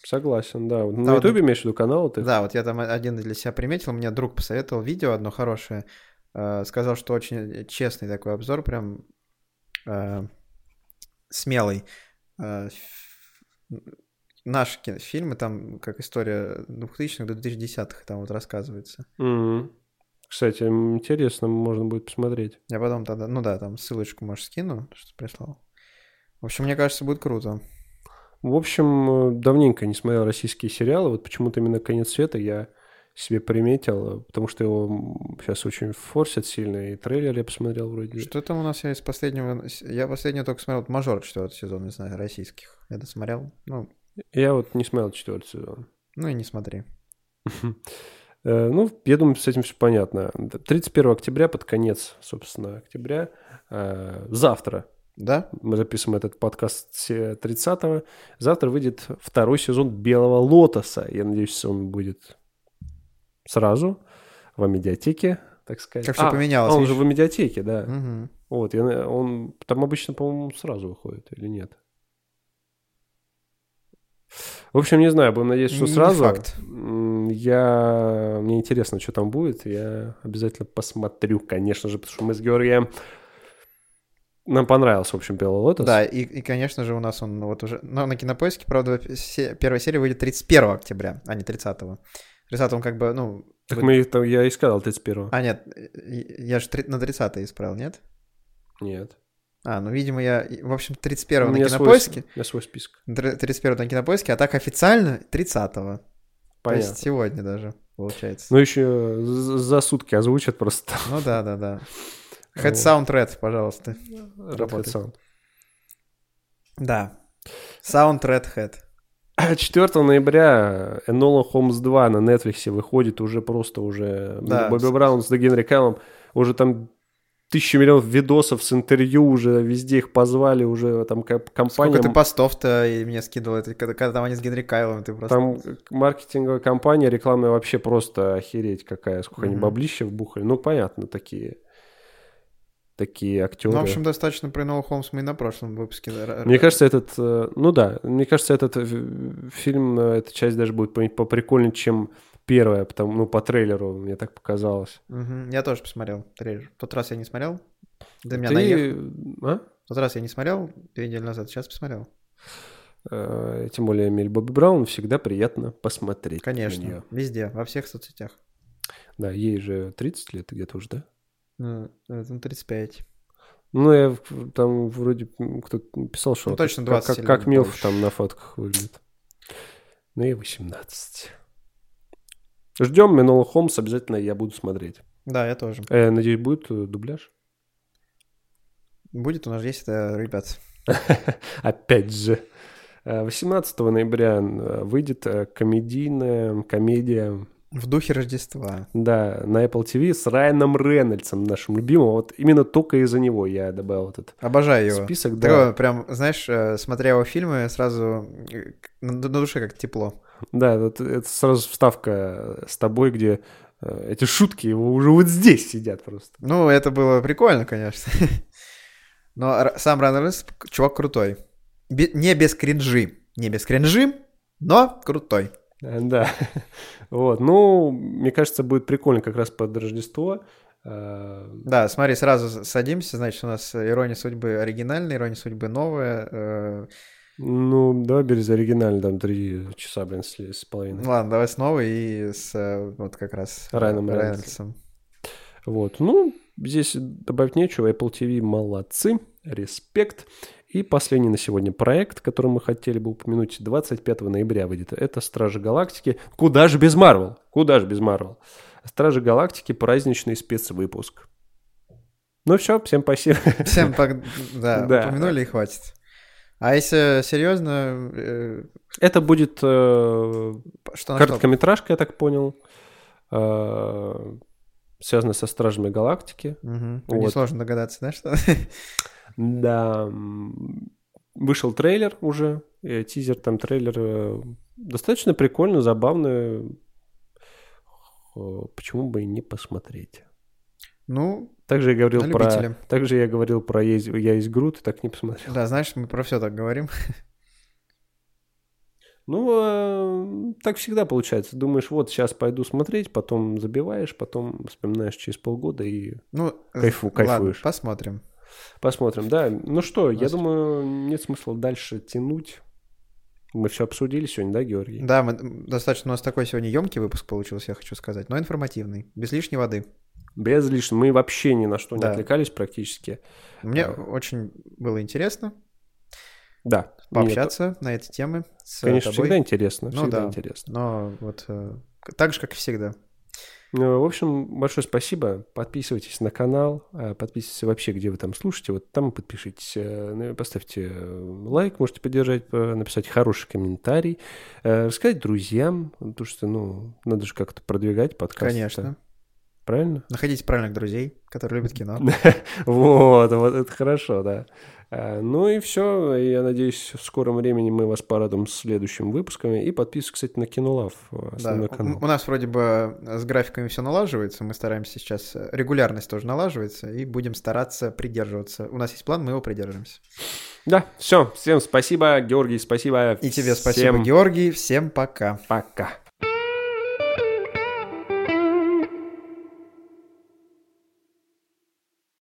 Согласен, да. Вот
Да,
На
вот
Ютубе имеешь в виду канал? Ты...
Да, вот я там один для себя приметил, мне друг посоветовал видео одно хорошее, э, сказал, что очень честный такой обзор, прям э, смелый. Э, ф- Наши кино- фильмы, там как история 2000-х до 2010-х там вот рассказывается.
Мгм. Кстати, м, интересно, можно будет посмотреть.
Я потом тогда, ну да, там ссылочку, может, скину, что прислал. В общем, мне кажется, будет круто.
В общем, э, давненько не смотрел российские сериалы. Вот почему-то именно «Конец света» я себе приметил, э, потому что его сейчас очень форсят сильно, и трейлер я посмотрел вроде.
Что там у нас я из последнего... с- Я последнего только смотрел вот «Мажор» четвертый сезон, не знаю, российских. Я досмотрел. Ну,
Я вот не смотрел четвертый сезон.
ну и не смотри.
Э, Ну, я думаю, с этим все понятно. 31 октября, под конец, собственно, октября, э, завтра
Да?
мы записываем этот подкаст се- 30-го. Завтра выйдет второй сезон «Белого лотоса». Я надеюсь, он будет сразу в медиатеке, так сказать.
Как всё
А,
поменялось,
а он же
видишь?
в медиатеке, да.
Мгм.
Вот, я на- он там обычно, по-моему, сразу выходит или нет. В общем, не знаю, будем надеяться, что
Не
сразу.
факт.
М, Я... Мне интересно, что там будет. Я обязательно посмотрю, конечно же, потому что мы с Георгием... Нам понравился, в общем, «Белый лотос».
Да, и, и, конечно же, у нас он ну, вот уже... Но на Кинопоиске, правда, се- первая серия выйдет 31 октября, а не 30-го. 30 он как бы, ну...
Так
вы-
мы, там, я и сказал 31-го.
А, нет, э, я же три- на 30 исправил, нет?
Нет.
А, ну, видимо, я... и, В общем, 31
У
на
меня Ну, свой
Кинопоиске.
с- У меня свой список.
Др- 31 на Кинопоиске, а так официально 30-го. То
Понятно.
есть сегодня даже, получается.
Ну, еще з- за сутки озвучат просто.
Ну да, да, да.
Вот.
Head Sound Red, пожалуйста.
Работает сам.
Да. Sound Red Head.
4 ноября Энола Холмс 2 на Netflix выходит уже просто уже
Да.
Бобби Браун с Генри Кавиллом уже там тысячи миллионов видосов с интервью уже везде их позвали уже там как компания
Сколько ты постов-то и мне скидывал, это, когда, когда там они с Генри Кайлом, ты просто...
там маркетинговая компания рекламная вообще просто охереть какая сколько они
Мгм.
баблища вбухали ну понятно такие такие актеры
Ну, в общем, достаточно при Ноу Холмс мы и на прошлом выпуске. р-
Мне
р-
кажется, этот... э, Ну да, мне кажется, этот э, в- фильм, э, эта часть даже будет по- поприкольнее, чем первая, потому, ну, по трейлеру, мне так показалось.
Мгм, Я тоже посмотрел трейлер. В тот раз я не смотрел. Ты меня
Ты-
наехал.
а?
В тот раз я не смотрел, две недели назад. Сейчас посмотрел.
Э, Тем более Эмиль Бобби Браун всегда приятно посмотреть. на
Конечно.
неё.
Везде, во всех соцсетях.
Да, ей же 30 лет где-то уже, да?
Ну, э, ну, 35.
Ну, я в- там вроде м, кто-то писал, что...
Ну,
как-
точно
как-
20
Как,
или
как Милф
больше.
там на фотках выглядит. Ну, и 18. Ждем Минола Холмс, обязательно я буду смотреть.
Да, я тоже.
Э, надеюсь, будет э, дубляж?
Будет у нас есть это, ребят.
Опять же. Э, 18 ноября э, выйдет э, комедийная комедия,
В духе Рождества.
да, на Apple TV с Райаном Рейнольдсом, нашим любимым. Вот именно только из-за него я добавил этот
Обожаю его.
список. Да,
Такое прям, знаешь, э, смотря его фильмы, сразу э, к- на, на душе как тепло.
да вот это сразу вставка с тобой, где э, эти шутки его уже вот здесь сидят просто.
Ну, это было прикольно, конечно. Но Р- сам Райан Рейнольдс к- чувак крутой. Бе- не без кринжи. Не без кринжи, но крутой.
Э, Да. Вот. Ну, мне кажется, будет прикольно как раз под Рождество. Э,
Да, смотри, сразу с- садимся. Значит, у нас э, «Ирония судьбы» оригинальная, «Ирония судьбы» новая. э,
Ну, давай бери за оригинальный, там три часа, блин, с с половиной.
ну Ладно, давай снова и с э, вот как раз э,
Райаном
Рейнольдсом.
Вот, ну, здесь добавить нечего. Apple TV молодцы, респект. И последний на сегодня проект, который мы хотели бы упомянуть, 25 ноября выйдет. Это «Стражи Галактики». Куда же без Марвел? Куда же без Марвел? «Стражи Галактики» – праздничный спецвыпуск. Ну все, всем спасибо.
Всем пог- да,
Да.
упомянули и хватит. А если серьезно, э,
Это будет э,
что на что?
короткометражка, я так понял, э, связанная со «Стражами Галактики».
Мгм.
Вот.
Несложно догадаться, да, что?
Да, м, вышел трейлер уже, э, тизер там, трейлер э, достаточно прикольно, забавно. Э, Почему бы и не посмотреть?
Ну,
Также я говорил
На
про,
любителя.
также я говорил про есть, я есть Грут, и так не посмотрел.
да, знаешь, мы про все так говорим.
Ну, э, так всегда получается. Думаешь, вот сейчас пойду смотреть, потом забиваешь, потом вспоминаешь через полгода и
Ну,
Кайфу-
ладно,
кайфуешь.
посмотрим.
Посмотрим, да. Ну что, я
Настя.
думаю, нет смысла дальше тянуть. Мы все обсудили сегодня, да, Георгий?
Да, мы, достаточно у нас такой сегодня емкий выпуск получился, я хочу сказать, но информативный, без лишней воды.
Без лишнего. Мы вообще ни на что не
Да.
отвлекались практически.
Мне
Э.
очень было интересно
Да. Мне
пообщаться на эти темы с
это, конечно,
тобой,
всегда интересно.
Ну
всегда
да.
интересно.
но вот э, к- так же, как и всегда.
Ну, в общем, большое спасибо. Подписывайтесь на канал. э, Подписывайтесь вообще, где вы там слушаете. Вот там подпишитесь. э, ну, и Поставьте э, лайк, можете поддержать, э, написать хороший комментарий. э, Рассказать друзьям, потому что, ну, надо же как-то продвигать подкаст.
Конечно.
Правильно?
Находите правильных друзей, которые любят кино.
Вот, вот это хорошо, да. А, Ну и все. Я надеюсь, в скором времени мы вас порадуем следующим выпусками. И подписывайтесь, кстати, на Кинолав, э,
Да,
основной
у-
канал.
У нас вроде бы э, с графиками все налаживается, мы стараемся сейчас, э, регулярность тоже налаживается, и будем стараться придерживаться. У нас есть план, мы его придерживаемся.
Да, все. Всем спасибо, Георгий, спасибо.
И тебе спасибо,
Всем
Георгий. Всем пока.
Пока.